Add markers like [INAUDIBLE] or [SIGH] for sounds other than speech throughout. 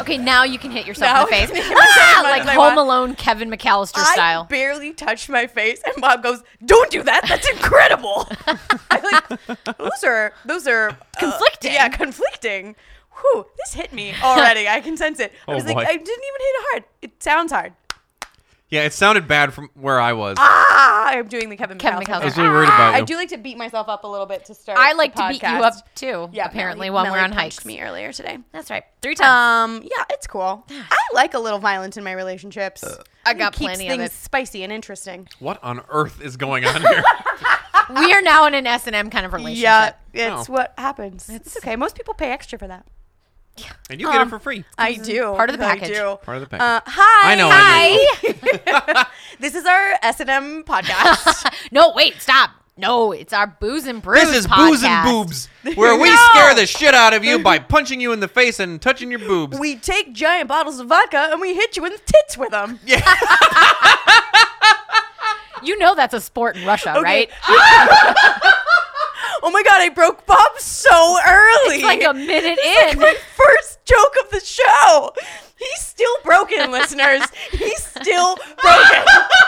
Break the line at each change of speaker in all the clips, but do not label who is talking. Okay, now you can hit yourself
Now
in the
I
face.
can hit myself
Ah,
as much
like
as I
Home
want.
Alone Kevin McAllister
I
style.
barely touched my face, and Bob goes, "Don't do that. That's incredible."
[LAUGHS]
I like those are those are uh,
Conflicting.
yeah, conflicting. Whew, this hit me already. I can sense it. I
Oh,
was like,
boy.
I didn't even hit it hard. It sounds hard.
Yeah, it sounded bad from where I was.
Ah, I'm doing the Kevin,
Kevin
McCallum.
McCallum.
I was really worried about
I
you.
do like to beat myself up a little bit to start.
I like
the
to beat you
podcast.
up too.
Yeah,
apparently
Melly-
when
Melly
we're on
punched
hikes.
me earlier today.
That's right. Three times.
Um, yeah, it's cool. I like a little violence in my relationships.
Uh,
I got
keeps
plenty of
things
it.
spicy and interesting.
What on earth is going on here?
Um, we are now in an S and M kind of relationship.
Yeah, it's
Oh.
what happens. It's, okay. Most people pay extra for that.
and you get it for free.
I do.
part of the
I
package.
do.
Part of the
Uh,
package.
hi.
I know, I
Hi. [LAUGHS]
[LAUGHS]
this is our S and M podcast.
No, wait, stop. No, it's our booze and brews.
This is Booze and
podcast. [LAUGHS]
Boobs, where we
No!
scare the shit out of [LAUGHS] you by punching you in the face and touching your boobs.
we take giant bottles of vodka and we hit you in the tits with them.
You know that's a sport in Russia, right?
Oh my god, I broke Bob so early.
It's like a minute
It's
in.
like my first joke of the show. He's still broken, listeners. He's still broken.
[LAUGHS]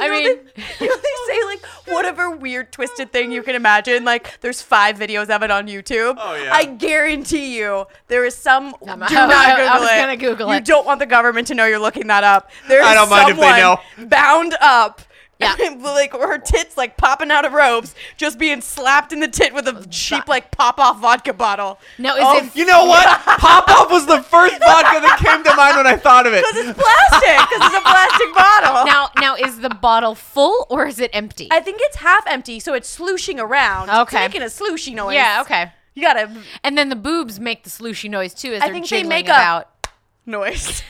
I
You know,
mean,
they, you know, they say
[LAUGHS]
like whatever weird twisted thing you can imagine. Like there's five videos of it on YouTube.
Oh, yeah.
I guarantee you there is some.
[LAUGHS]
do not Google
I was
it.
gonna Google
You
it.
don't want the government to know you're looking that up. There is
I don't mind if they
someone
know.
bound up.
Yeah.
[LAUGHS] like her tits like popping out of robes, just being slapped in the tit with a cheap like pop off vodka bottle.
No, is
Oh,
it
You know
[LAUGHS]
what? Pop Up was the first vodka that came to mind when I thought of
[LAUGHS]
it.
It's plastic because it's a plastic bottle.
now now is the bottle full or is it empty?
I think it's half empty, so it's sloshing around. It's
Okay.
making a slooshy noise.
yeah, okay.
You gotta
And then the boobs make the slushy noise too as
I
they're
think they
jiggling
make a-
about [LAUGHS]
noise.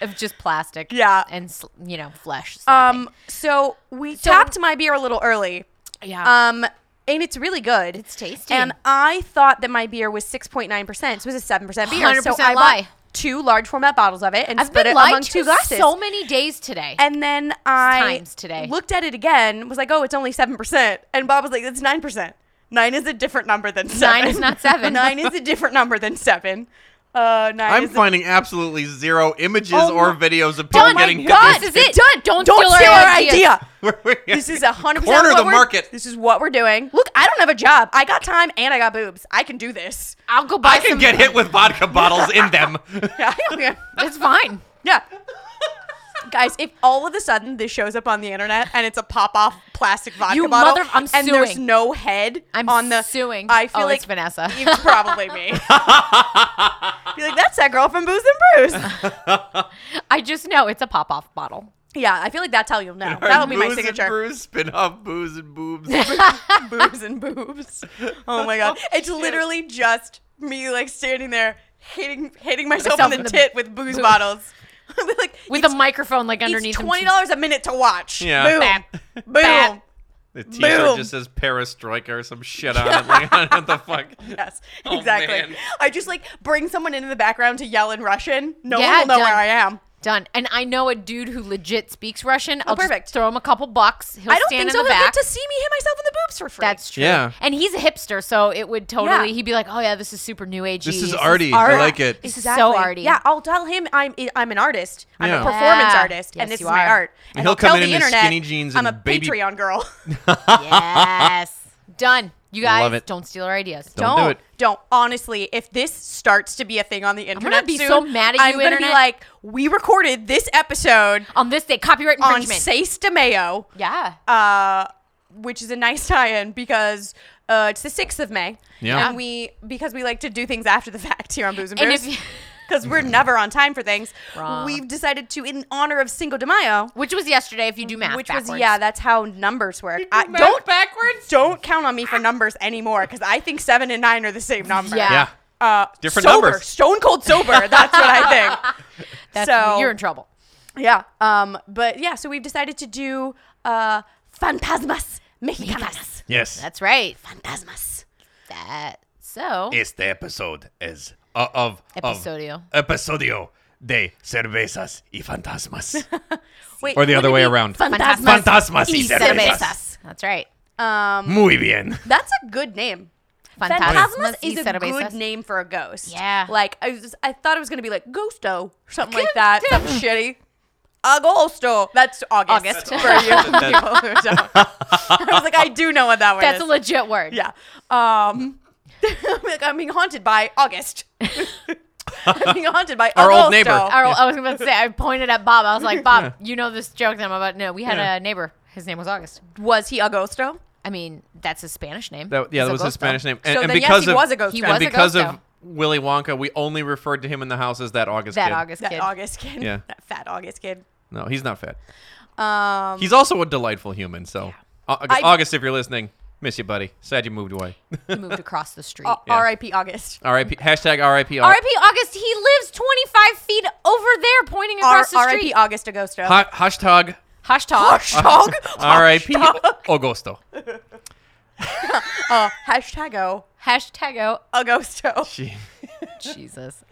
of just plastic
Yeah.
and sl- you know, flesh.
Um, so we tapped my beer a little early.
Yeah.
Um, and it's really good.
It's tasty.
And I thought that my beer was 6.9%. So it was a 7% beer. so
100%
I bought
lie.
two large format bottles of it and
I've
split
been
it
lied
among
to
two glasses.
so many days today.
and then I
times today.
looked at it again, was like, oh, it's only 7%. And Bob was like, it's 9%. Nine is a different number than seven.
is not seven.
[LAUGHS] nine is a different number than seven. Uh, 9
I'm
is a-
finding absolutely zero images
Oh
or
my-
videos of people
Done.
getting hit.
God, this
[LAUGHS]
is it. Done. Don't,
Don't
steal,
steal our
ideas.
idea. This
this
is a hundred percent
Corner
what
the
we're-
market.
This is what we're doing. Look, I don't have a job. I got time and I got boobs. I can do this.
I'll go buy
I can
some-
get hit with vodka bottles in
[LAUGHS]
them. [LAUGHS]
Yeah, I don't care.
It's fine.
yeah. Guys, if all of a sudden this shows up on the internet and it's a pop-off plastic vodka
You
bottle,
mother- I'm
and there's
suing.
no head
I'm
on the
suing.
I feel
Oh,
like
it's Vanessa.
[LAUGHS]
[LAUGHS]
It's
[LAUGHS]
probably me. Be like, that's that girl from Booze and
[LAUGHS]
Brews.
I just know it's a pop off bottle.
yeah, I feel like that's how you'll know. That'll be my
Booze and
signature.
brews, spin off booze and
[LAUGHS]
boobs.
boobs and boobs. Oh my
[LAUGHS]
god, it's literally just me like standing there hitting hitting myself in
Myself
the,
in the
tit with booze bottles. [LAUGHS] like
With
it's,
a microphone like
it's
underneath them.
twenty dollars a minute to watch.
Yeah.
boom,
Bap.
boom.
Bap.
The t-shirt
Boom.
just says Perestroika or some shit on
[LAUGHS]
it. Like, [LAUGHS] what the fuck?
Yes,
Oh,
exactly.
man.
I just like bring someone in the background to yell in Russian. No
Yeah,
one will know
done.
where I am.
Done. And I know a dude who legit speaks Russian. I'll
Oh, perfect.
just throw him a couple bucks. He'll
I don't
stand
think so.
in the
He'll
back.
get to see me hit myself in the boobs for free.
That's true.
Yeah.
And he's a hipster, so it would totally.
Yeah.
He'd be like, "Oh yeah, this is super new agey.
This is arty. I
art.
like it.
This is so arty.
Yeah, I'll tell him I'm I'm an artist. I'm a
Yeah.
performance
Yeah.
artist,
Yes,
and this
you
is my
are.
art.
And he'll
tell
come in
the
in his
internet
skinny jeans
I'm
and
a
baby-
Patreon girl.
yes. Done. You guys
Love it.
don't steal our ideas.
Don't do it.
Don't. Honestly, if this starts to be a thing on the internet,
be
soon,
so mad at
I'm
you,
gonna
internet.
be like, we recorded this episode
On this day, copyright
on
infringement.
Seis de Mayo,
yeah.
uh, which is a nice tie-in because uh, it's the sixth of May.
Yeah.
And we because we like to do things after the [LAUGHS] fact here on Booze and
And
Brews.
if you-
because we're never on time for things,
Wrong.
we've decided to, in honor of Cinco de Mayo,
Which was yesterday, if you do math.
which was
backwards.
yeah, that's how numbers work. I, don't
backwards.
don't count on me for numbers anymore because I think seven and nine are the same number.
Yeah.
Yeah.
uh,
Different
sober,
numbers.
stone cold sober. That's what I think.
[LAUGHS] That's
So-
you're in trouble.
Yeah. Um. But yeah. So we've decided to do uh, Fantasmas Mexicanas.
Yes.
That's right.
Fantasmas.
That so
Este episode es uh, of of-
Episodio.
episodio de cervezas y fantasmas.
[LAUGHS] Wait.
or the other
wouldn't
way
it be
around.
Fantasmas.
Fantasmas y cervezas.
Cervezas. That's right.
Um.
Muy bien.
That's a good name. Fantasmas
Fantasmas y
is a
cervezas.
good name for a ghost.
Yeah.
Like I, was, I thought it was gonna be like Ghosto, something like that, some shitty. Agosto. That's August.
August.
[LAUGHS]
For you [LAUGHS] people who don't. I was like, I do know what that word
That's
is.
a legit word.
[LAUGHS] yeah. Um, [LAUGHS] like I'm being haunted by August. [LAUGHS] I'm being haunted
[LAUGHS]
by
Our old
Agosto.
neighbor.
Our- I was about to say, I pointed at Bob. I was
[LAUGHS]
like, Bob, you know this joke that I'm about. No, we had
Yeah.
a neighbor. His name was August.
Was he Agosto?
I mean, that's his Spanish name.
That, yeah, that was his
Agosto.
Spanish name. And,
So
and
then, yes,
because
he
of
was a ghost
He
dog.
was
and
a
because of
ghosto.
Willy Wonka, we only referred to him in the house as that August
That
kid.
August
that
kid.
August kid.
Yeah.
That fat August kid.
No, he's not fat.
Um,
He's also a delightful human. So, Au-
I-
August, if you're listening, miss you, buddy. Sad you moved away. [LAUGHS]
[LAUGHS]
He moved across the street.
uh,
yeah.
R.I.P. August.
R.I.P. Hashtag R.I.P. Au-
R.I.P. August. He lives 25 feet over there, pointing
R-
across the
R.I.P.
street.
August Agosto.
Ha- hashtag
Hashtag.
Dog.
[LAUGHS]
[LAUGHS]
R.I.P. Augusto.
Uh, hashtag O.
Hashtag out.
Oh, Agosto.
Gee.
Jesus.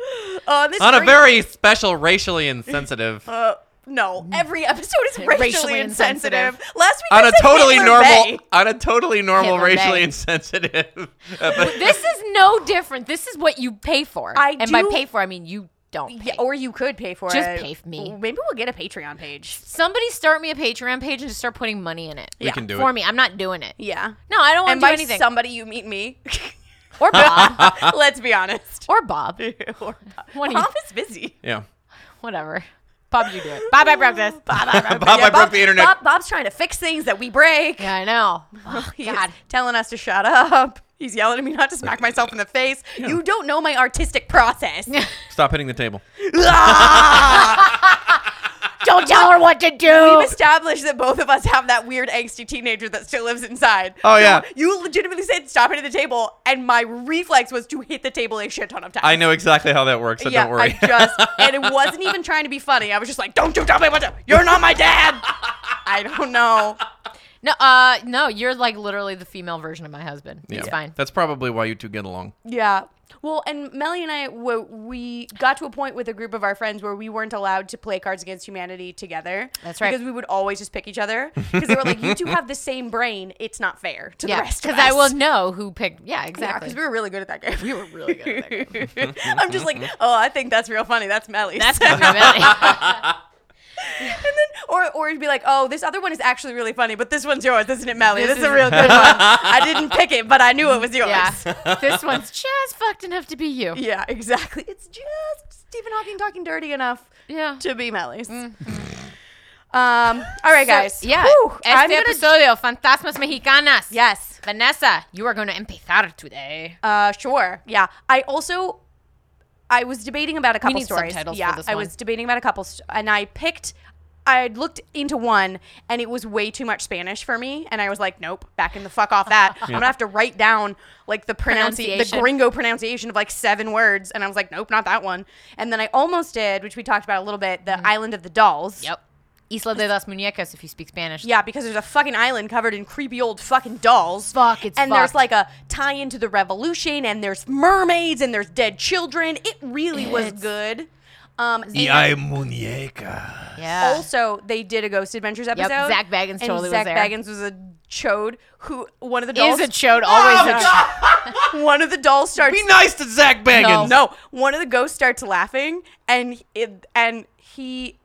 Uh,
[LAUGHS]
this
On a
brings-
very special, racially insensitive,
[LAUGHS] Uh, no, every episode is racially,
Racially
insensitive.
insensitive.
Last week
on
I
a
said
totally
Hitler
normal,
Bay.
on a totally normal,
Hitler
racially
Bay.
insensitive. [LAUGHS] epi-
This is no different. This is what you pay for.
I
and by
do-
pay for, I mean you don't pay.
Yeah, oh. or you could pay for
Just
it.
pay for me.
Maybe we'll get a Patreon page.
Somebody start me a Patreon page and just start putting money in it.
We can do
for
it.
me. I'm not doing it.
Yeah.
No, I don't want
and
to do
by
anything.
somebody you meet me. [LAUGHS]
or Bob.
Let's be honest.
or Bob.
Or
[LAUGHS] What do you-
Bob is busy.
Yeah.
Whatever. Bob, you do it. Bob, I broke this.
Bob, I
[LAUGHS]
broke-
Bob, I broke the internet.
Bob, Bob's trying to fix things that we break.
Yeah, I know. Oh,
He's
God.
telling us to shut up. He's yelling at me not to smack myself in the face. You don't know my artistic process.
Stop hitting the table.
[LAUGHS]
[LAUGHS]
Ah!
Don't tell her what to do.
We've established that both of us have that weird angsty teenager that still lives inside.
Oh, yeah.
You legitimately said stop hitting the table, and my reflex was to hit the table a shit ton of times.
I know exactly how that works, so
yeah,
don't worry. [LAUGHS]
I just and it wasn't even trying to be funny. I was just like, "Don't you tell me what to. You're not my [LAUGHS] dad." I don't know.
No, uh, no, you're like literally the female version of my husband. It's fine.
That's probably why you two get along.
Yeah. Well, and Melly and I, w- we got to a point with a group of our friends where we weren't allowed to play Cards Against Humanity together.
That's right.
Because we would always just pick each other because they were like, "You two have the same brain. It's not fair to
Yeah,
the rest of us."
because I will know who picked. Yeah,
[LAUGHS] Yeah,
[LAUGHS] exactly.
[LAUGHS] because we were really good at that game. We were
really good at that
game. [LAUGHS] I'm just like, oh, I think that's real funny. That's Melly's.
That's gonna be really-
or or you'd be like, oh, this other one is actually really funny, but this one's yours, isn't it, Melly? This,
[LAUGHS]
is a real good one. I didn't pick it, but I knew it was yours.
yeah. This one's just fucked enough to be you.
Yeah, exactly. It's just Stephen Hawking talking dirty enough
Yeah.
to be Melly's. Um. All right, guys.
Mm. So, yeah.
Whew,
este
I'm gonna-
episodio, Fantasmas Mexicanas.
Yes.
Vanessa, you are going to empezar today.
Uh. Sure. Yeah. I also. I was debating about a couple
need
stories.
subtitles for
yeah,
this
I
one.
was debating about a couple, st- and I picked. I looked into one, and it was way too much Spanish for me, and I was like, "Nope, backing the fuck
[LAUGHS]
off that." I'm gonna have to write down like the pronunciation, the
Pronunciation.
gringo pronunciation of like seven words, and I was like, "Nope, not that one." And then I almost did, which we talked about a little bit, the Island of the Dolls.
Mm-hmm. Yep. Isla de las Muñecas, if you speak Spanish.
Yeah, because there's a fucking island covered in creepy old fucking dolls.
Fuck, it's
and
fucked.
there's like a tie into the revolution, and there's mermaids, and there's dead children. It really was good. Um, and
muñeca.
Yeah.
also they did a Ghost Adventures episode.
Zach Baggins
and
totally was
Zach
there.
Baggins was a chode who one of the dolls
Is it showed always a chode.
[LAUGHS] one of the dolls starts
Be nice to Zach Baggins.
no one of the ghosts starts laughing and it, and he.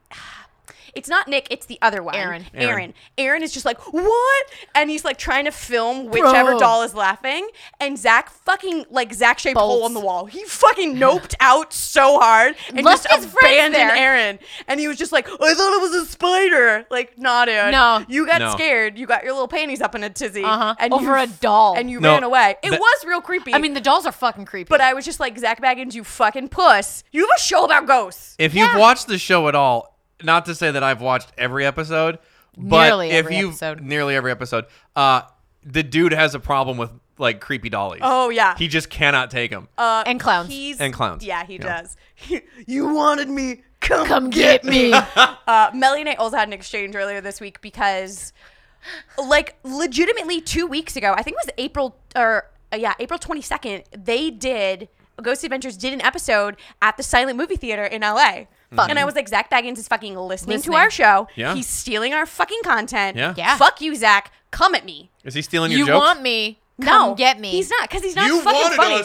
It's not Nick. It's the other one.
Aaron.
Aaron.
Aaron. Aaron is just like what, and he's like trying to film whichever
Bro.
doll is laughing. And Zach fucking like Zach shaped hole
Bolts.
on the wall. He fucking noped out so hard and
Left
just
his friends
abandoned
there.
Aaron. And he was just like, I thought it was a spider. Like, nah, dude.
No.
you got
No.
scared. You got your little panties up in a tizzy.
Uh-huh.
And
Over
you-
a doll.
And you
No.
ran away. It
That-
was real creepy.
I mean, the dolls are fucking creepy.
But I was just like, Zach Baggins, you fucking puss. You have a show about ghosts.
If you've watched the show at all, not to say that I've watched every episode, but
Nearly
if
every
you
episode.
nearly every episode, uh, the dude has a problem with like creepy dollies.
Oh, yeah. Uh,
He just cannot take them.
and clowns.
He's,
And clowns.
Yeah, he
Yeah.
does. [LAUGHS] you wanted me. Come,
Come get me.
Uh, Melly and I also had an exchange earlier this week because, like, legitimately two weeks ago, I think it was April or uh, yeah, April twenty second. They did Ghost Adventures did an episode at the Silent Movie Theater in L.A. And I was like, Zach Baggins is fucking listening,
Listening.
to our show.
Mm-hmm. Yeah.
He's stealing our fucking content.
Yeah.
Yeah.
Fuck you, Zach. Come at me.
Is he stealing your
you
jokes?
want me? Come
no,
get me.
He's not because he's not fucking funny.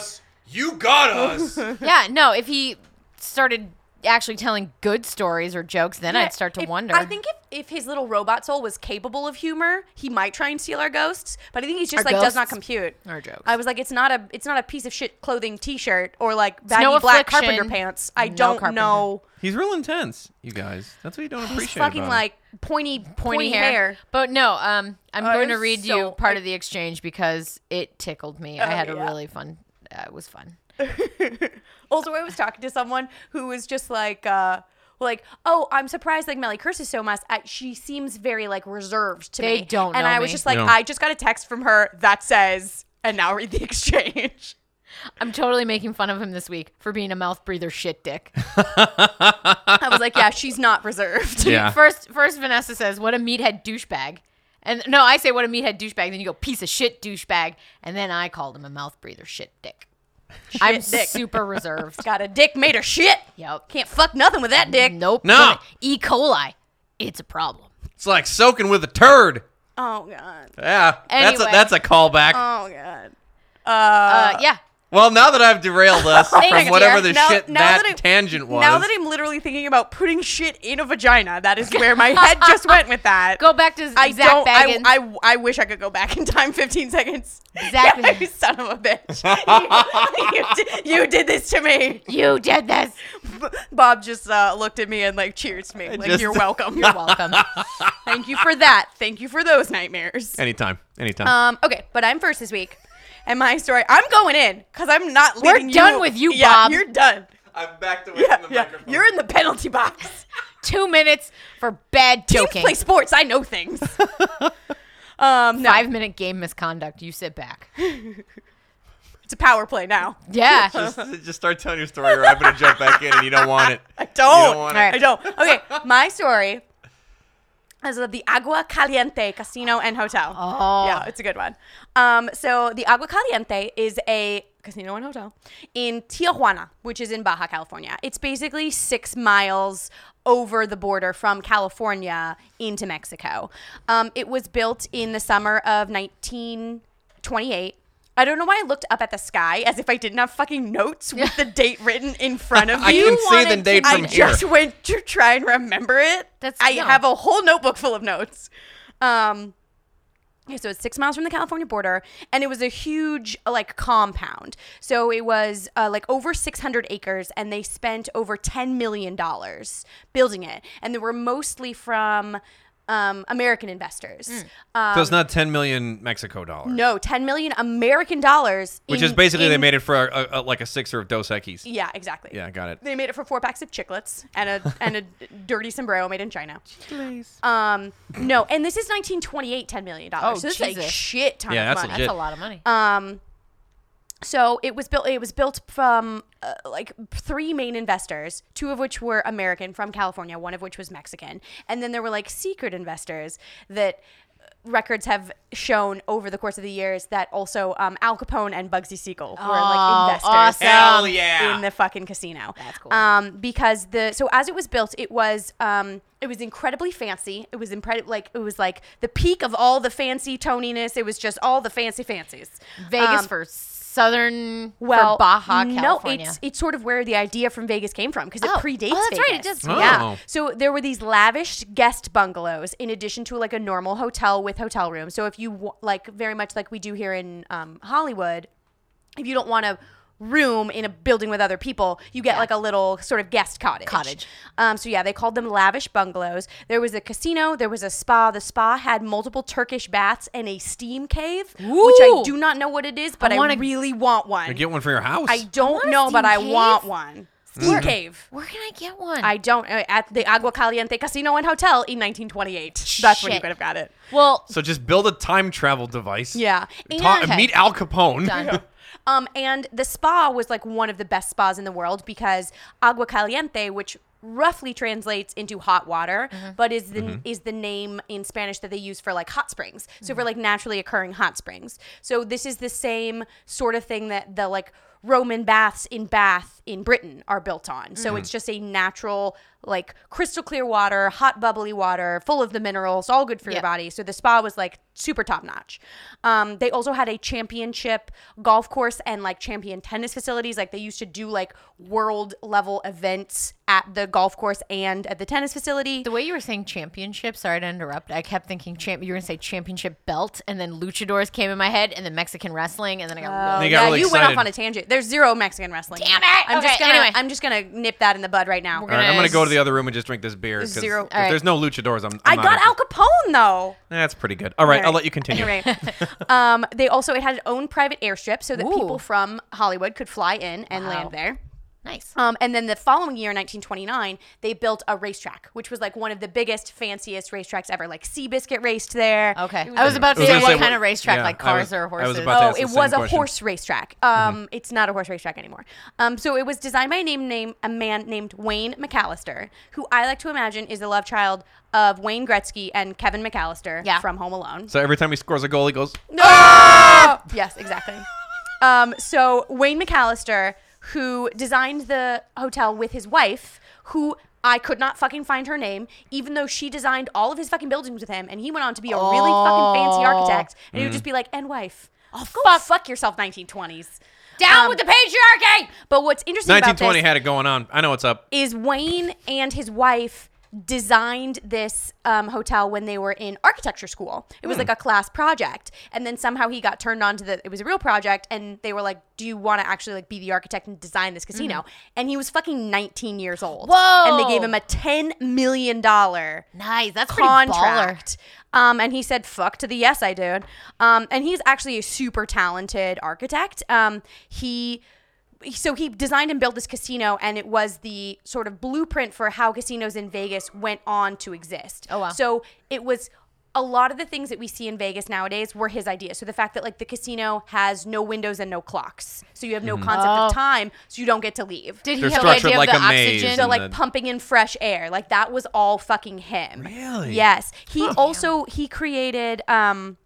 You got
[LAUGHS]
us.
Yeah, no. If he started actually telling good stories or jokes, then
Yeah,
I'd start to
if-
wonder.
I think if, if his little robot soul was capable of humor, he might try and steal our ghosts. But I think he's just
Our
like does not
ghosts?
compute.
Our jokes.
I was like, it's not a it's not a piece of shit clothing T-shirt or like baggy
no
black
affliction.
carpenter pants. I
No
don't
carpenter.
know.
He's real intense, you guys. That's what you don't
He's
appreciate.
fucking
about him.
like pointy pointy,
pointy
hair.
hair. But no, um, I'm
Oh,
going to
it's
read
so- Oh,
you part of the exchange because it tickled me. I had a
yeah.
really fun. Uh, it was fun.
Also, I was talking to someone who was just like. uh like oh i'm surprised like melly curses so much I, she seems very like reserved to
They
me
don't
and
know
i was
me.
just like
No.
i just got a text from her that says and now read the [LAUGHS] exchange
I'm totally making fun of him this week for being a mouth breather shit dick.
I was like, yeah, she's not
[LAUGHS]
reserved. [LAUGHS]
Yeah.
First, first Vanessa says, "What a meathead douchebag." And no, I say what a meathead douchebag. Then you go piece of shit douchebag, and then I called him a mouth breather shit dick. I'm
dick. [LAUGHS]
super reserved.
Got a dick made her shit.
Yep.
Can't fuck nothing with that dick.
Nope.
No.
Gonna- E. coli. It's a problem.
it's like soaking with a turd.
Oh god.
Yeah,
Anyway.
that's a, that's a callback.
Oh god.
Uh, yeah.
well, now that I've derailed
[LAUGHS]
us from
Thanks,
whatever the
dear.
Now-
shit
now
that,
that I-
tangent was,
Now that I'm literally thinking about putting shit in a vagina, that [LAUGHS] is where my head just went with that.
Go back to
I
Zach
don't. I,
Baggins.
I, I wish I could go back in time 15 seconds.
Zach
Yeah,
Baggins.
[LAUGHS] you son of a bitch. [LAUGHS] you, you, did, you did this to me.
you did this.
B- Bob just uh, looked at me and like cheers me. Like
just-
[LAUGHS] you're welcome.
You're welcome.
[LAUGHS]
Thank you for that. Thank you for those nightmares.
anytime, anytime.
Um, okay, but I'm first this week. And my story, I'm going in because I'm not
We're
leaving you.
done with you,
yeah,
Bob.
You're done.
I'm backed away
Yeah, yeah. You're
[LAUGHS]
in the penalty box.
Two minutes for bad
You
joking.
play sports. I know
[LAUGHS]
things. um, no,
Five minute game misconduct. You sit back.
it's a power play now. [LAUGHS]
Yeah.
just, just start telling your story, or I'm gonna jump back in, and you don't want it.
[LAUGHS] I don't.
want
it.
I don't. Okay, my story is of the Agua Caliente Casino and Hotel.
Oh.
Yeah, it's a good one. Um, so the Agua Caliente is a casino and hotel in Tijuana, which is in Baja California. It's basically six miles over the border from California into Mexico. Um, it was built in the summer of 1928. I don't know why I looked up at the sky as if I didn't have fucking notes with the date written in front of me.
I can see the
wanted
date
to-
from
I
here.
just went to try and remember it.
That's-
I
no.
have a whole notebook full of notes. Um, okay, so it's six miles from the California border, and it was a huge like compound. So it was uh, like over six hundred acres, and they spent over ten million dollars building it, and they were mostly from um, American investors. Um,
So it's not 10 million Mexico dollars,
no, ten million American dollars,
which
in-
is basically they
in-
made it for a, a, a- like a sixer of Dos Equis.
Yeah, exactly.
Yeah, got it.
They made it for four packs of chiclets
[LAUGHS]
and a and a dirty sombrero made in China. Um, no, and this is 1928, 10 million
Oh,
dollars. so this is a
Jesus.
shit ton
Yeah,
of
that's
money.
legit.
That's a lot of money.
Um, So it was built. It was built from uh, like three main investors, two of which were American from California, one of which was Mexican, and then there were like secret investors that uh, records have shown over the course of the years that also um, Al Capone and Bugsy Siegel were
Oh,
like investors
awesome.
Hell yeah.
in the fucking casino.
That's cool.
Um, because the so as it was built, it was um, it was incredibly fancy. It was incredible, like it was like the peak of all the fancy toniness. It was just all the fancy fancies.
Vegas
um,
for Southern,
Well,
for Baja,
no,
California.
it's e- it's sort of where the idea from Vegas came from because it
Oh.
predates.
Oh, that's right, it
Vegas.
does. Oh.
Yeah. So there were these lavish guest bungalows in addition to like a normal hotel with hotel rooms. So if you wa- like very much like we do here in um, Hollywood, if you don't want a room in a building with other people, you get like a little sort of guest cottage.
Cottage.
Um, so yeah, they called them lavish bungalows. There was a casino. There was a spa. The spa had multiple Turkish baths and a steam cave, which I
Ooh.
do not know what it is, but I,
wanna-
really want one.
Get one for your house.
I don't
a
know, but
steam
I
cave?
want one. Food cave.
Where can I get one?
I don't uh, at the Agua Caliente Casino and Hotel in 1928. That's where you
Shit.
could have got it. [LAUGHS]
well,
So just build a time travel device.
Yeah.
Ta-
Okay.
Meet Al Capone. [LAUGHS]
done.
Um, and the spa was like one of the best spas in the world because agua caliente, which roughly translates into hot water, but is the is the name in Spanish that they use for like hot springs. So for like naturally occurring hot springs. So this is the same sort of thing that the like Roman baths in Bath in Britain are built on.
Mm-hmm.
So it's just a natural like crystal clear water, hot bubbly water, full of the minerals, all good for your
Yep.
body body. So the spa was like super top notch. Um, they also had a championship golf course and like champion tennis facilities. Like they used to do like world level events at the golf course and at the tennis facility.
The way you were saying championship, sorry to interrupt. I kept thinking champ. You were gonna say championship belt, and then luchadors came in my head, and then Mexican wrestling, and then I got
They
really.
got
yeah,
really
you went
excited.
off on a tangent. There's zero Mexican wrestling.
Damn it!
I'm just
Okay,
gonna
anyway.
I'm just gonna nip that in the bud right now.
We're
All right, I'm gonna
Yes.
go to the other room and just drink this beer. 'cause
Zero-
If
all right.
There's no luchadors. I'm. I'm
I
not
got
into-
Al Capone though.
That's pretty good. All right, I'll let you continue.
Anyway,
[LAUGHS]
um, they also it had its own private airstrip so that
Ooh.
people from Hollywood could fly in and
Wow.
land there.
nice.
Um, and then the following year, 1929, they built a racetrack, which was like one of the biggest, fanciest racetracks ever. Like Seabiscuit raced there.
Okay, I was about
I
to
was
say
gonna
what
say,
kind
what-
of racetrack,
yeah,
like
I
cars
was-
or
I was
horses.
about to
Oh,
ask the
it
same
was a
question. Mm-hmm.
horse racetrack. Um, It's not a horse racetrack anymore. Um, so it was designed by a name, name a man named Wayne McAllister, who I like to imagine is the love child of Wayne Gretzky and Kevin McAllister
Yeah.
from Home Alone.
So every time he scores a goal, he goes.
No. Yes, exactly. Um, so Wayne McAllister, who designed the hotel with his wife, who I could not fucking find her name, even though she designed all of his fucking buildings with him, and he went on to be a really fucking fancy architect, and he would just be like, "And wife, oh go fuck, yourself, 1920s."
Down
Um,
with the patriarchy.
But what's interesting about
1920
this
had it going on. I know what's up.
is Wayne and his wife designed this um, hotel when they were in architecture school. It was like a class project, and then somehow he got turned on to the. It was a real project, and they were like, "Do you want to actually like be the architect and design this casino?" And he was fucking 19 years old.
Whoa.
And they gave him a 10 million dollar
Nice. That's pretty baller.
contract. Um, and he said, fuck to the yes, I did. Um, and he's actually a super talented architect. Um, he. So he designed and built this casino, and it was the sort of blueprint for how casinos in Vegas went on to exist.
Oh, wow.
So it was a lot of the things that we see in Vegas nowadays were his ideas. So the fact that like the casino has no windows and no clocks, so you have no concept
Oh.
of time, so you don't get to leave.
Did he
Mm-hmm. They're
have the idea
structured
of
like
the
a maze.
oxygen?
So
and
like
the-
pumping in fresh air, like that was all fucking him.
Really?
Yes. He also he created um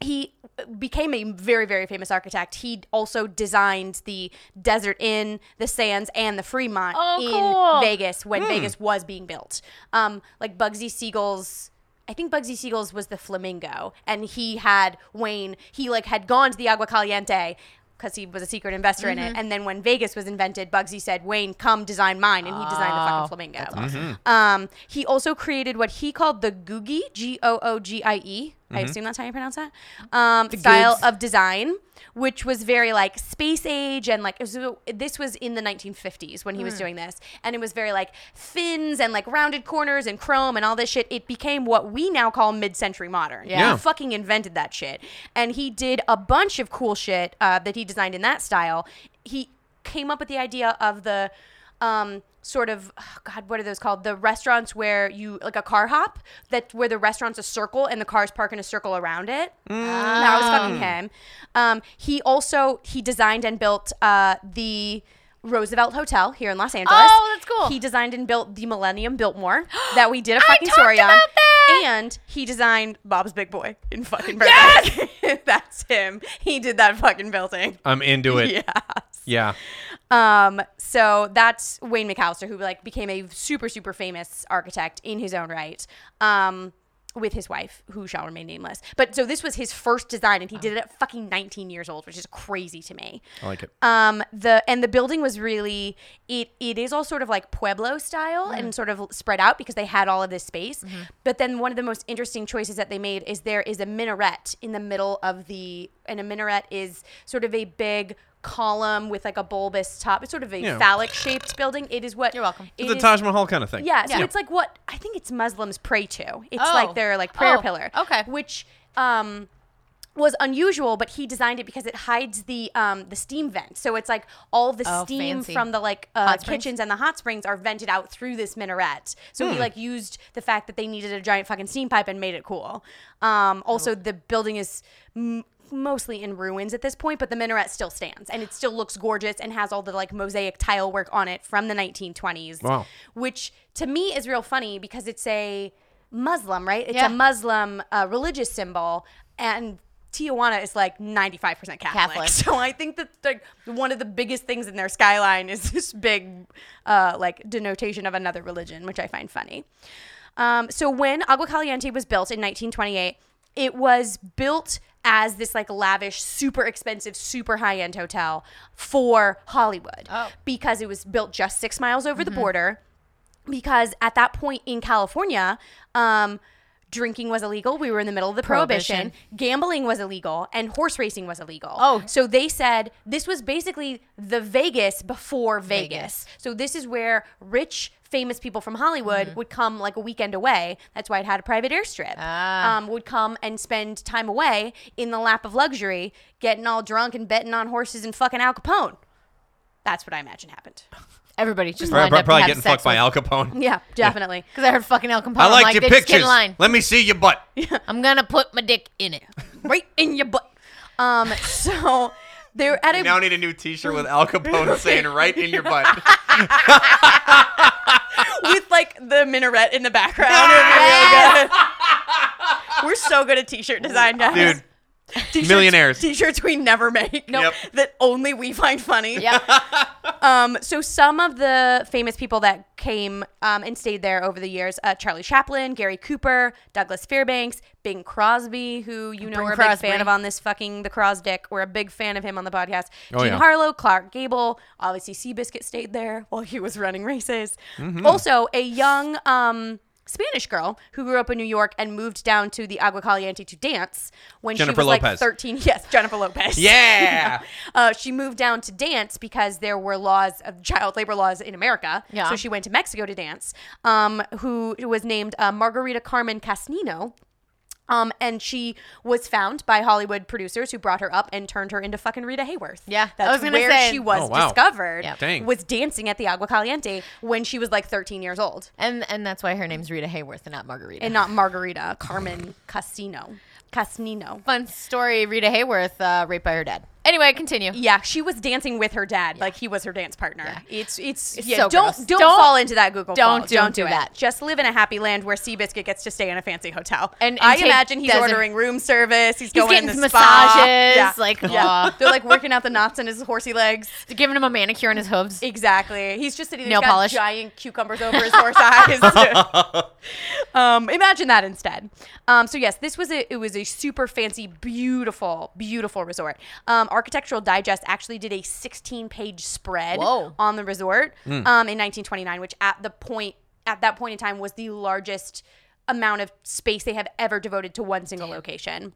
he became a very very famous architect. He also designed the Desert Inn, the Sands, and the Fremont
Oh,
in
cool.
Vegas when Vegas was being built. Um, like Bugsy Siegel's. I think Bugsy Siegel's was the Flamingo, and he had Wayne. He like had gone to the Agua Caliente because he was a secret investor in
Mm-hmm.
it. And then when Vegas was invented, Bugsy said, "Wayne, come design mine," and he designed the
Ah.
fucking Flamingo. Um, he also created what he called the Googie, G O O G I E. I assume that's how you pronounce that. Um, style
Googs.
of design, which was very like space age and like it was, this was in the 1950s when he was doing this, and it was very like fins and like rounded corners and chrome and all this shit. It became what we now call mid-century modern.
Yeah.
He fucking invented that shit, and he did a bunch of cool shit uh, that he designed in that style. He came up with the idea of the um, sort of oh, God, what are those called? The restaurants where you like a car hop that where the restaurant's a circle and the cars park in a circle around it.
Mm.
That was fucking
Ah.
him. Um, he also he designed and built uh, the Roosevelt Hotel here in Los Angeles.
Oh, that's cool.
He designed and built the Millennium Biltmore that we
[GASPS]
did a fucking story
talked
on.
about that!
And he designed Bob's Big Boy in [LAUGHS] fucking Burbank. That's him. He did that fucking building.
I'm into it. Yeah.
Um, so that's Wayne McAllister, who like became a super, super famous architect in his own right. Um, with his wife, who shall remain nameless. But so this was his first design, and he did it at fucking 19 years old, which is crazy to me.
I like it.
Um, the and the building was really it. It is all sort of like pueblo style
Mm.
and sort of spread out because they had all of this space.
Mm-hmm.
But then one of the most interesting choices that they made is there is a minaret in the middle of the, and a minaret is sort of a big column with like a bulbous top. It's sort of a
Yeah.
phallic shaped building. It is what
You're welcome.
it
It's a
is-
Taj Mahal kind of thing.
yeah, so it's like what I think it's Muslims pray to. It's
Oh.
like their like prayer
Oh,
pillar.
okay.
Which um was unusual, but he designed it because it hides the um, the steam vent. So it's like all the
Oh,
steam
fancy.
from the like uh,
Hot springs?
kitchens and the hot springs are vented out through this minaret. So
Hmm.
he like used the fact that they needed a giant fucking steam pipe and made it cool. Um,
Oh.
also, the building is. M- mostly in ruins at this point but the minaret still stands and it still looks gorgeous and has all the like mosaic tile work on it from the 1920s
Wow.
which to me is real funny because it's a muslim right it's
Yeah.
a muslim uh, religious symbol and Tijuana is like 95% Catholic.
Catholic.
[LAUGHS] So I think that like one of the biggest things in their skyline is [LAUGHS] this big uh, like denotation of another religion, which I find funny. Um, so when Agua Caliente was built in 1928, it was built as this like lavish, super expensive, super high end hotel for Hollywood
Oh. Mm-hmm.
because it was built just six miles over the border because at that point in California, um, drinking was illegal. We were in the middle of the prohibition. Gambling was illegal, and horse racing was illegal.
Oh.
so they said this was basically the Vegas before Vegas.
Vegas.
So this is where rich. Famous people from Hollywood would come like a weekend away. That's why it had a private airstrip. Um, would come and spend time away in the lap of luxury, getting all drunk and betting on horses and fucking Al Capone. That's what I imagine happened.
Everybody just lined
Probably,
up to have
getting
sex
fucked by
with.
Al Capone.
Yeah, definitely.
Because I heard fucking Al Capone.
I
I'm
liked
like
your
"Bitch, get in
pictures.
line.
Let me see your butt.
I'm gonna put my dick in it.
right in your butt. Um, so they're at a
Now I need a new T-shirt with Al Capone saying "right in your butt."
with like the minaret in the background. It'd be really good. We're so good at t-shirt design, guys.
Dude,
T-shirts-
millionaires.
T-shirts we never make.
Nope.
That only we find funny.
Yep.
[LAUGHS] Um, so some of the famous people that came um, and stayed there over the years: uh, Charlie Chaplin, Gary Cooper, Douglas Fairbanks, Bing Crosby, who you know
Bing
we're a
Crosby.
big fan of on this fucking the Crosdick. We're a big fan of him on the podcast.
Oh,
Jean
yeah.
Harlow, Clark Gable, obviously Seabiscuit stayed there while he was running races.
Mm-hmm.
Also, a young um, Spanish girl who grew up in New York and moved down to the Agua Caliente to dance when
Jennifer
she was like
Lopez.
13. [LAUGHS] Yes, Jennifer Lopez.
Yeah.
Uh, she moved down to dance because there were laws of child labor laws in America.
Yeah.
So she went to Mexico to dance, um, who was named uh, Margarita Carmen Casnino. Um, and she was found by Hollywood producers who brought her up and turned her into fucking Rita Hayworth.
Yeah, I
That's
was gonna
where
say-
she was
Oh, wow.
discovered.
Yeah.
Dang.
Was dancing at the Agua Caliente when she was like 13 years old.
And and that's why her name's Rita Hayworth and not Margarita.
And not Margarita Carmen Casino. Casnino.
[LAUGHS] fun story Rita Hayworth uh, raped by her dad. Anyway, continue.
Yeah, she was dancing with her dad, like he was her dance partner. It's it's, yeah.
so
don't,
gross.
don't
Don't-
fall into that Google.
don't-
fault.
don't do
it.
that.
Just live in a happy land where Seabiscuit gets to stay in a fancy hotel.
And- and
I
take
imagine he's
desert-
ordering room service.
He's
He's, going
getting
in the Spa.
massages,
Yeah.
like, aw.
yeah. they're like working out the knots in his horsey legs.
They're giving him a manicure on his hooves.
Exactly. He's just sitting
Nail
there. he's got
polish.
Giant cucumbers over his horse eyes.
[LAUGHS]
um, imagine that instead. Um, so yes, this was a it was a super fancy, beautiful, beautiful resort. Um, Architectural Digest actually did a 16 page spread
Whoa. Hmm.
on the resort um, in 1929, which at the point at that point in time was the largest amount of space they have ever devoted to one single location.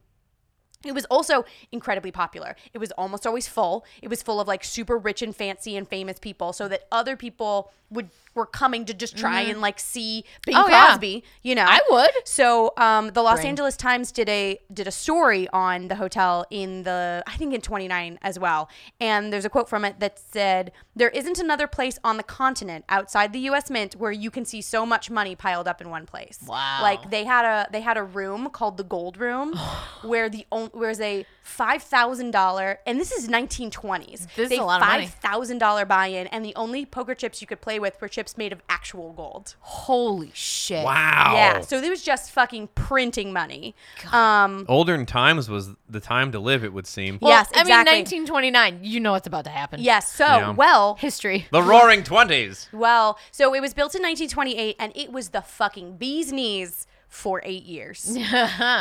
It was also incredibly popular. It was almost always full. It was full of like super rich and fancy and famous people, so that other people would were coming to just try and like see Bing
Mm-hmm. Oh, yeah.
Crosby. You know,
I would.
So um, the Los Angeles Times did a did a story on the hotel in the I think in 29 as well, and there's a quote from it that said, "There isn't another place on the continent outside the U.S. Mint where you can see so much money piled up in one place."
Wow.
Like they had a they had a room called the
[SIGHS]
gold room where the on, where's a five thousand dollar and this is nineteen twenties.
This is a lot of money.
Five thousand dollar buy in and the only poker chips you could play with were chips made of actual gold.
Holy shit.
Wow.
Yeah. So there was just fucking printing money. Um
Olden times was the time to live, it would seem.
Well,
Yes,
I mean,
exactly.
1929. You know what's about to happen.
yes, so
Yeah.
well
History.
The Roaring Twenties.
well so it was built in nineteen twenty eight and it was the fucking bee's knees for
[LAUGHS]
eight years.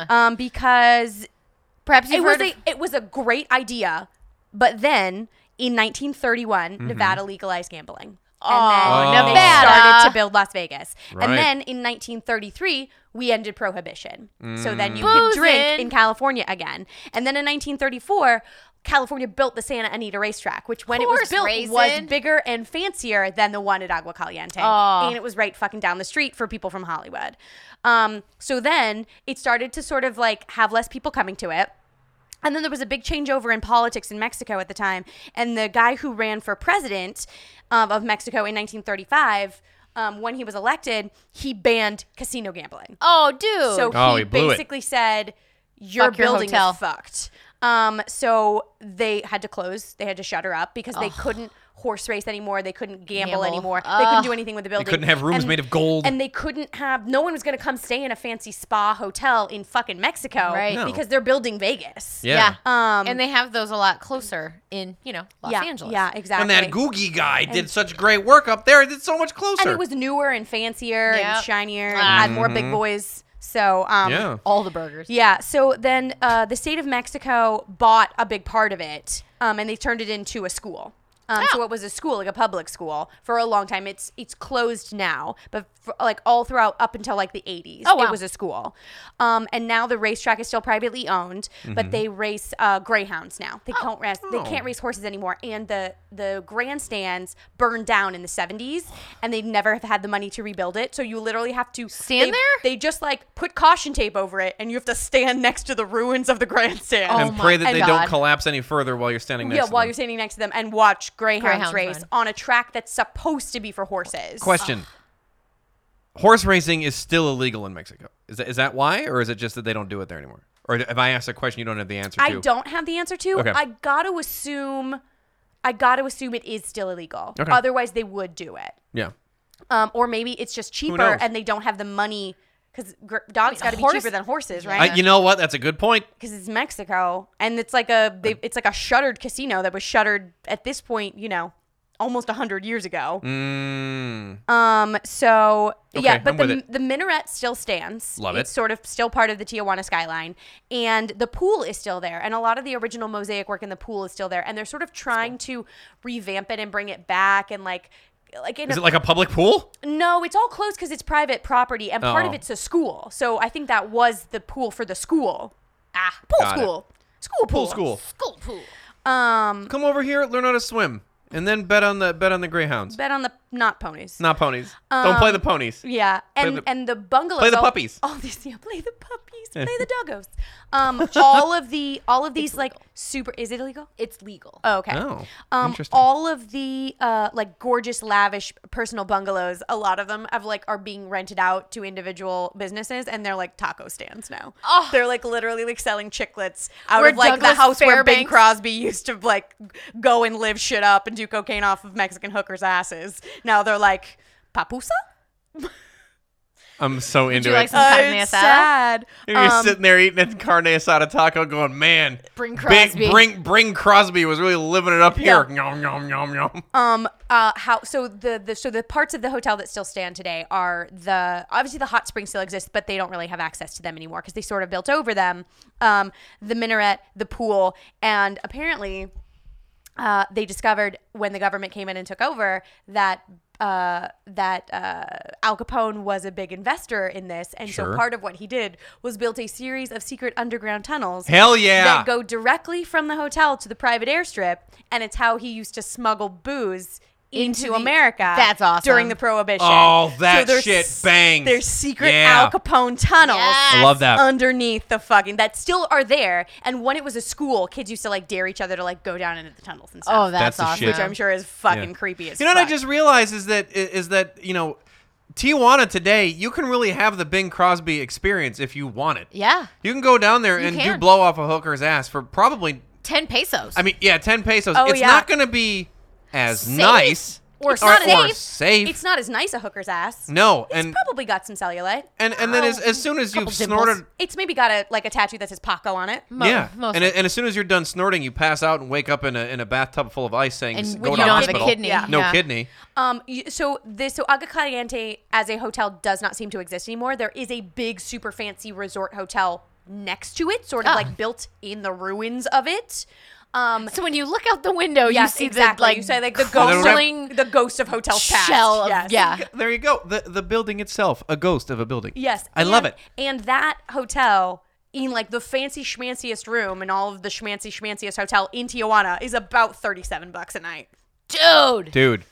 um because
Perhaps
it
you've
was
heard
a
of-
it was a great idea, but then in 1931, Nevada legalized gambling.
Oh,
then
Nevada.
They started to build Las Vegas,
Right.
and then in 1933 we ended prohibition. So then you could
Boozin'.
drink in California again, and then in 1934. California built the Santa Anita racetrack, which when it was
Course,
built was
raisin.
bigger and fancier than the one at Agua Caliente,
Aw.
and it was right fucking down the street for people from Hollywood. Um, so then it started to sort of like have less people coming to it And then there was a big changeover in politics in Mexico at the time. And the guy who ran for president um, of Mexico in 1935, um, when he was elected, he banned casino gambling.
Oh, dude.
So
Oh,
he,
he blew it.
basically said, "Your
Fuck your
building
hotel."
is fucked." Um, so they had to close. They had to shutter up because they couldn't horse race anymore. They couldn't gamble,
Gamble.
anymore. They
Ugh.
couldn't do anything with the building.
couldn't have rooms made of gold.
And they couldn't have. No one was going to come stay in a fancy spa hotel in fucking Mexico,
Right. No.
Because they're building Vegas.
yeah.
Um,
and they have those a lot closer in, you know, Los
yeah,
Angeles.
Yeah, exactly.
And that Googie guy did such great work up there. It's so much closer.
And it was newer and fancier
Yep.
and shinier and
Ah.
had more big boys. So
Mm-hmm.
um,
yeah.
All the burgers.
Yeah. So then uh, the state of Mexico bought a big part of it, um, and they turned it into a school. Um, So
Oh.
it was a school, like a public school, for a long time. It's it's closed now, but for, like all throughout up until like the 80s,
Oh, wow.
it was a school. Um, and now the racetrack is still privately owned,
Mm-hmm.
but they race uh, greyhounds now.
Oh,
They can't race they can't race horses anymore. And the the grandstands burned down in the 70s, and they never have had the money to rebuild it. So you literally have to
Stand
they-
there?
They just like put caution tape over it, and you have to stand next to the ruins of the grandstand.
Oh
and pray
my
that they
God.
don't collapse any further while you're standing next
yeah,
to
while
them.
you're standing next to them and watch greyhounds
Greyhounds
race
run.
on a track that's supposed to be for horses.
Question. Horse racing is still illegal in Mexico. Is that, is that why, or is it just that they don't do it there anymore? Or if I asked a question you don't have the answer
I
to?
don't have the answer to.
Okay.
I gotta assume. I gotta assume it is still illegal.
Okay.
Otherwise, they would do it.
Yeah.
Um, or maybe it's just cheaper
knows?
and they don't have the money because gr- dogs got to be
horse-
cheaper than horses,
Yeah.
I,
right?
you know what? That's a good point.
Because it's Mexico and it's like a they, it's like a shuttered casino that was shuttered at this point, you know, almost hundred years ago.
Mm,
Um. So yeah,
Okay,
but
I'm
the
with it.
the minaret still stands.
Love
it's
it.
Sort of still part of the Tijuana skyline, and the pool is still there, and a lot of the original mosaic work in the pool is still there, and they're sort of trying to revamp it and bring it back, and like. Like in
is
a,
it like a public pool?
no, it's all closed because it's private property, and part of
Oh.
it's a school. So I think that was the pool for the school. Ah, pool
Got it.
school, school pool.
Pool school.
School pool.
Um,
Come over here, learn how to swim, and then bet on the bet on the greyhounds,
bet on the not ponies.
not ponies. don't play the ponies.
Yeah, and
the-
and the bungalows.
play the
all-
puppies.
All these, yeah, play the
[LAUGHS]
puppies. Play the doggos. Um, all of the, all of these, like super. Is it illegal?
It's legal.
Oh, okay.
Oh,
um,
interesting.
all of the uh, like gorgeous, lavish personal bungalows. A lot of them have like are being rented out to individual businesses, and they're like taco stands now.
Oh.
They're like literally like selling chiclets out
Where
of like
Douglas
the house where Bing
Fairbanks-
Crosby used to like go and live shit up and do cocaine off of Mexican hookers' asses. Now they're like papusa.
I'm so into
you
it.
like some- Carne
Uh, it's
asada?
sad.
And you're
Um,
sitting there eating a carne asada taco, going, "Man,
Bring
big-
Crosby."
bring bring Crosby was really living it up here." Nom nom nom nom.
Um, uh, how so the, the so the parts of the hotel that still stand today are the obviously the hot springs still exist, but they don't really have access to them anymore because they sort of built over them. Um, the minaret, the pool, and apparently, uh, they discovered when the government came in and took over that. Uh, that uh, Al Capone was a big investor in this, and so
Sure.
part of what he did was built a series of secret underground tunnels
Hell yeah.
that go directly from the hotel to the private airstrip, and it's how he used to smuggle booze into,
Into the-
America.
That's awesome.
During the Prohibition.
Oh, that
there's-
shit bangs.
There's secret
Yeah.
Al Capone tunnels.
Yes.
I love that.
Underneath the fucking that still are there. And when it was a school, kids used to like dare each other to like go down into the tunnels and stuff.
Oh,
That's
that's,
the
awesome.
shit.
which I'm sure is fucking
Yeah.
creepy as
You know what
fuck.
I just realized is that is that you know, Tijuana today you can really have the Bing Crosby experience if you want it.
Yeah.
You can go down there and do
can.
blow off a hooker's ass for probably
10 pesos.
I mean yeah ten pesos.
Oh,
it's
yeah.
not going to be as
Safe.
nice
or,
or,
not
or
safe.
safe.
It's not as nice a hooker's ass.
no,
It's
and
probably got some cellulite.
and and then as, as soon as you've snorted.
It's maybe got a like a tattoo that says Paco on it.
Mo-
yeah,
most
and, and as soon as you're done snorting, you pass out and wake up in a, in a bathtub full of ice, saying
And
"S-
you
go to
don't have a
hospital.
kidney.
Yeah.
No
Yeah.
kidney.
Um, y- so this so Agua Caliente as a hotel does not seem to exist anymore. There is a big super fancy resort hotel next to it, sort of
Ah.
like built in the ruins of it. Um,
so when you look out the window,
yes,
you see
exactly.
the like,
you say like the
[LAUGHS] crumbling
ghost, the ghost of hotel past.
shell. Of,
yes.
Yeah.
There you go. The the building itself, a ghost of a building.
Yes.
I love
and-
it.
And that hotel in like the fancy schmanciest room in all of the schmancy schmanciest hotel in Tijuana is about 37 bucks a night.
Dude.
Dude.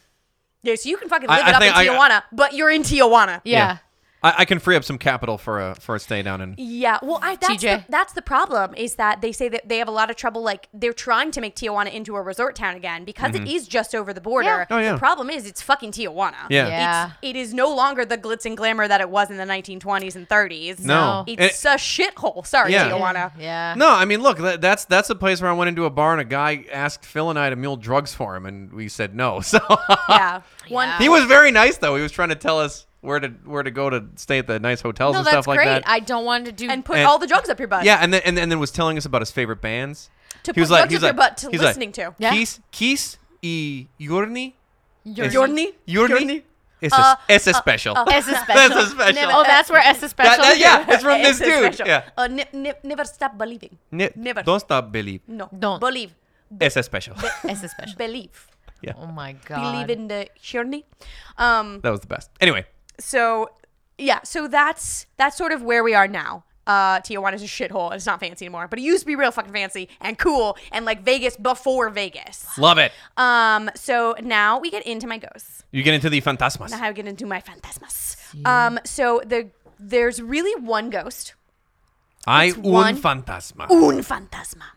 Yeah, so you can fucking
I-
live
I
it
think
up
I-
in Tijuana, but you're in Tijuana.
Yeah.
I I, I can free up some capital for a for a stay down in.
Yeah, well, I, that's
TJ.
the, that's the problem is that they say that they have a lot of trouble. Like they're trying to make Tijuana into a resort town again because it
Mm-hmm.
is just over the border.
Oh, yeah.
The problem is it's fucking Tijuana.
Yeah.
Yeah.
It's, it is no longer the glitz and glamour that it was in the 1920s and 30s.
No.
it's uh,
And-
a shithole. Sorry,
Yeah.
Tijuana.
[LAUGHS] Yeah.
No, I mean, look, that, that's that's the place where I went into a bar and a guy asked Phil and I to mule drugs for him, and we said no. [LAUGHS] So
Yeah, one.
Yeah.
he was very nice though. He was trying to tell us where to where to go to stay at the nice hotels
No,
and
that's
stuff like
great.
that.
I don't want to do.
And put
And-
all the drugs up your butt.
yeah, and then and, then- and then was telling us about his favorite bands.
To
he was
put
like,
drugs
he
up
was
your
like,
butt to
he's
listening to.
like,
Yeah.
Kiss, kiss, y yorni,
Your-
[LAUGHS] Jordan-y?
yorni. It's
Uh,
it's special.
S is
That's
special.
a special.
Oh, that's where S is
That-
special.
that- yeah, it's from this
[LAUGHS] It's
dude.
special.
Yeah.
Uh, ne- ne- never stop believing.
Ne-
never.
Don't stop, believe.
No.
Don't.
Believe.
It's special.
S is special.
Believe.
[LAUGHS] Oh my god.
Believe in the journey. Um,
[LAUGHS] That was the best. Anyway,
so yeah, so that's that's sort of where we are now. Uh, Tijuana is a shithole. It's not fancy anymore, but it used to be real fucking fancy and cool and like Vegas before Vegas.
love it.
Um, so now we get into my ghosts.
You get into the fantasmas.
Now I get into my fantasmas. Um, so the there's really one ghost,
Hay un
one-
fantasma.
un fantasma.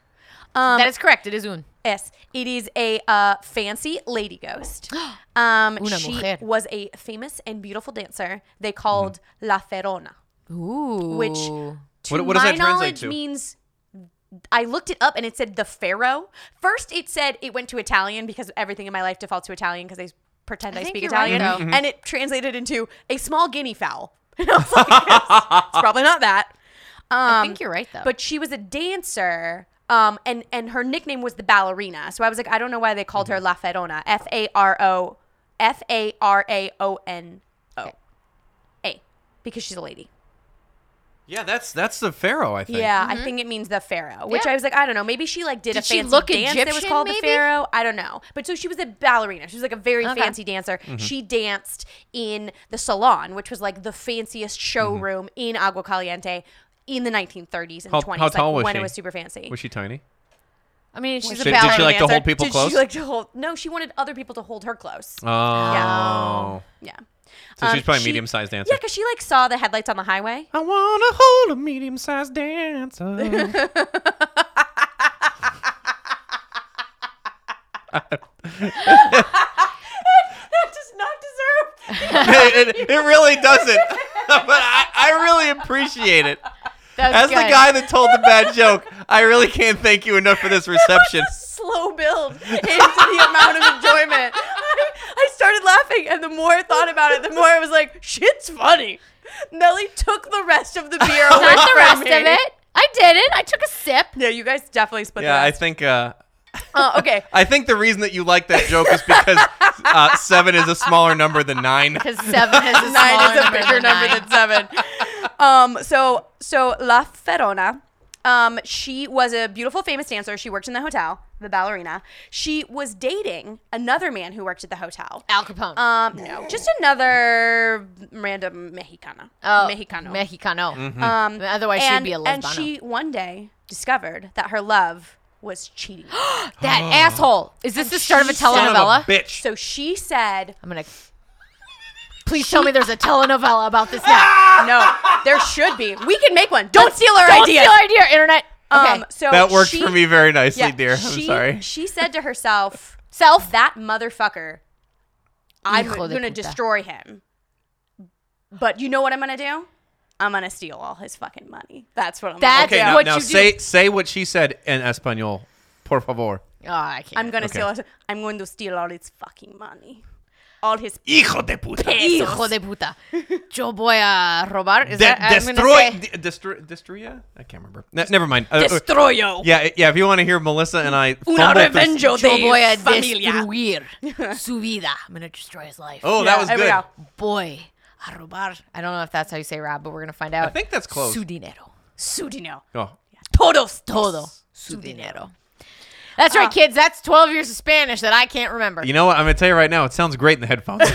that is correct. It is un.
Yes, it is a uh, fancy lady
[GASPS]
ghost. Um,
Una
she
mujer.
was a famous and beautiful dancer. They called
Mm-hmm.
La Ferona.
Ooh.
which to
What- what does
my
that translate
knowledge
to?
means I looked it up and it said the pharaoh. First, it said it went to Italian because everything in my life defaults to Italian because they pretend I,
think
speak
you're right,
Italian,
Mm-hmm.
though.
and it translated into a small guinea fowl. [LAUGHS] And I was like, it's, it's probably
[LAUGHS]
not that.
I think you're right though.
But she was a dancer. Um, and, and her nickname was the ballerina. So I was like, I don't know why they called her
Mm-hmm.
La Ferona. F A R O F A R A O N O A. Because she's a lady.
Yeah, that's that's the pharaoh, I think.
Yeah, I think it means the pharaoh, which
Mm-hmm. Yeah.
I was like, I don't know. Maybe she like did, a
Did she
fancy
look
dance that was
Egyptian,
called the
maybe?
pharaoh. I don't know. But so she was a ballerina. She was like a very
Okay.
fancy dancer.
Mm-hmm.
She danced in the salon, which was like the fanciest
Mm-hmm.
showroom in Agua Caliente in the 1930s and
How-
20s,
how tall
like,
was
when
she?
it was super fancy.
Was she tiny?
I mean, she's
Did- did
a
she,
ballerina.
like to
dancer.
hold people
did
close?
She like to hold? No, she wanted other people to hold her close.
oh.
Yeah. Um,
So she's probably a
she-
medium-sized dancer.
Yeah, because she like saw the headlights on
[LAUGHS]
the highway.
I wanna hold a medium-sized
[LAUGHS]
dancer. [LAUGHS]
that does not deserve
it, it really doesn't, [LAUGHS] but I, I really appreciate it.
That was
As the
good.
guy that told the bad joke, I really can't thank you enough for this reception.
slow build into the amount of enjoyment. I, I started laughing, and the more I thought about it, the more I was like, "Shit's funny." Nelly took the
[LAUGHS]
rest of the beer away
Not the
from
rest
me.
of it. I didn't. I took a sip.
Yeah, you guys definitely split.
Yeah,
the
I
rest.
think uh,
Uh,
[LAUGHS]
okay.
I think the reason that you like that joke is because uh, seven is a smaller number than nine.
Because seven [LAUGHS] is a
nine is
smaller
a bigger number
nine.
than seven. Um, so so La Ferona, um, she was a beautiful, famous dancer. She worked in the hotel, the ballerina. She was dating another man who worked at the hotel.
Al Capone.
Um, no, just another random Mexicana.
oh,
Mexicano.
Mexicano.
Mm-hmm.
um,
Otherwise, she'd
and,
be a
And
lesbano.
she one day discovered that her love was cheating.
[GASPS] That
Oh.
asshole. Is this the start of a
Son of
telenovela?
a bitch.
so she said,
I'm gonna. Please tell me there's a telenovela about this now.
"No, there should be. We can make one. Don't steal our
Don't
idea."
steal our idea, internet. Okay.
Um, so
That worked
she-
for me very nicely,
yeah,
dear. I'm
she-
sorry.
She said to herself,
Self.
"That motherfucker. I'm
Hijo de
gonna
puta.
destroy him. But you know what I'm gonna do? I'm gonna steal all his fucking money. That's what I'm
That's
Okay,
gonna do.
now,
what
now
you do.
say say what she said in Espanol, por favor.
Oh, I can't.
I'm gonna
Okay.
steal. His, I'm going to steal all his fucking money, all his
Hijo de puta.
Hijo de puta. Yo voy a robar. Is
De-
that, I'm gonna
destroy,
say-
de- destroy, destroya? I can't remember. Ne- never mind. Uh, uh,
destroyo.
yeah, yeah. If you want to hear Melissa and I,
Una
fumble through-
revenjo
Yo voy a
de familia.
destruir su vida. I'm gonna destroy his life.
Oh,
Yeah,
that was
there we
good.
go.
boy. A robar. I don't know if that's how you say rob, but we're gonna find out.
I think that's close.
Su dinero.
Su dinero.
Oh.
Todos.
Todo. Su dinero. Ah. That's right, kids. That's 12 years of Spanish that I can't remember.
You know what? I'm gonna tell you right now. It sounds great in the headphones.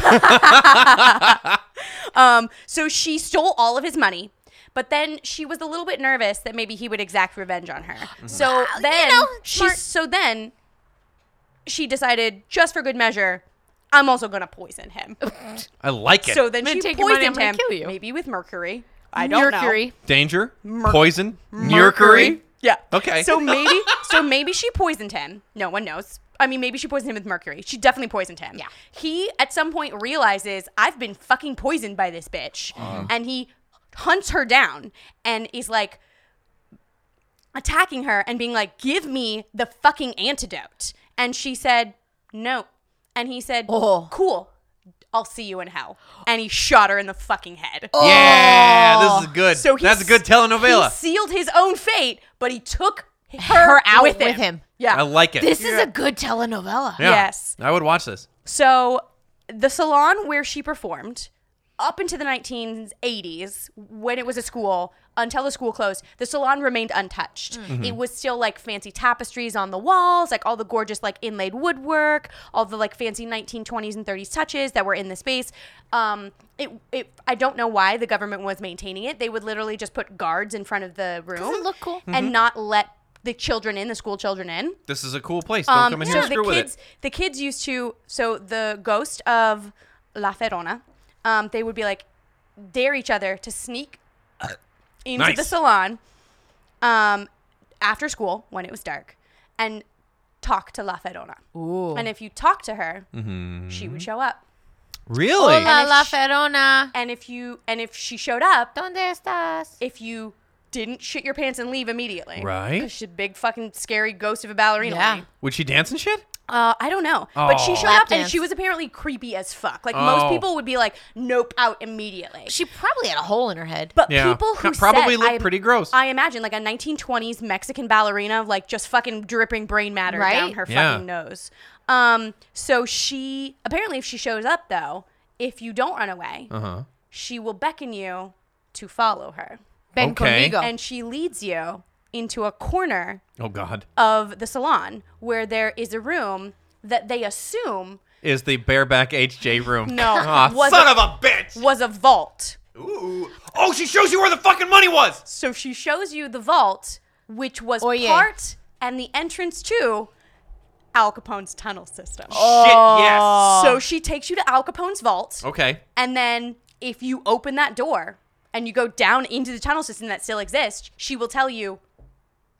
Um, so she stole all of his money, but then she was a little bit nervous that maybe he would exact revenge on her. So then
know,
she
smart.
so then she decided just for good measure, I'm also gonna poison him.
I like it.
[LAUGHS] so then
I'm gonna
she
take your money, I'm
poisoned
gonna
him,
kill you.
maybe with mercury. I don't
Mercury.
Danger,
Merc-
poison,
know.
mercury.
Yeah.
Okay.
So maybe, so maybe she poisoned him. No one knows. I mean, maybe she poisoned him with mercury. She definitely poisoned him.
Yeah.
He at some point realizes I've been fucking poisoned by this bitch, and he hunts her down and is like attacking her and being like, "Give me the fucking antidote." And she said, "No." And he said,
Oh.
"Cool." I'll see you in hell. And he shot her in the fucking head.
Oh,
Yeah, this is good.
Oh, So he
That's a good
s-
telenovela.
He sealed his own fate, but he took her, out with him. Yeah.
I like it.
This is a good telenovela.
Yeah.
Yes.
I would watch this.
so the salon where she performed up into the 1980s when it was a school until the school closed the salon remained untouched it was still like fancy tapestries on the walls like all the gorgeous like inlaid woodwork all the like fancy 1920s and 30s touches that were in the space um it, it i don't know why the government was maintaining it they would literally just put guards in front of the room
Doesn't look cool.
and not let the children in the school children in
This is a cool place. Don't come in here
Um, so
and screw
the
with
kids,
it.
the kids used to. So the ghost of La Ferona, um, they would be like dare each other to
[COUGHS]
sneak into the
Nice.
salon um, after school when it was dark and talk to La Ferona.
Ooh.
And if you talk to her, she
Mm-hmm.
would show up.
Really?
Hola,
if
la
sh-
Ferona.
And if you and if she showed up,
¿Dónde estás?
if you didn't shit your pants and leave immediately,
Right.
'cause she's a big fucking scary ghost of a ballerina.
Yeah.
lady.
Would she dance and shit?
Uh, I don't know, but she
Oh.
showed
Lap
up and she
dance.
was apparently creepy as fuck. Like
Oh.
most people would be like, "Nope, out immediately."
She probably had a hole in her head.
but
Yeah.
people who
Pro- probably
said,
looked
I-
pretty gross.
I imagine like a 1920s Mexican ballerina, like just fucking dripping brain matter down
Right?
her
Yeah.
fucking nose. Um, so she apparently, if she shows up though, if you don't run away,
Uh-huh.
she will beckon you to follow her,
Ben
Okay.
Conmigo.
and she leads you into a corner
Oh god.
of the salon where there is a room that they assume
Is the bareback HJ room.
No.
[LAUGHS] Aw,
Was
son of
it-
a bitch.
was a vault.
Ooh. Oh, she shows you where the fucking money was.
So she shows you the vault, which was
Oye.
part and the entrance to Al Capone's tunnel system.
Oh. Shit,
So she takes you to Al Capone's vault,
yes. Okay.
and then if you open that door and you go down into the tunnel system that still exists, she will tell you,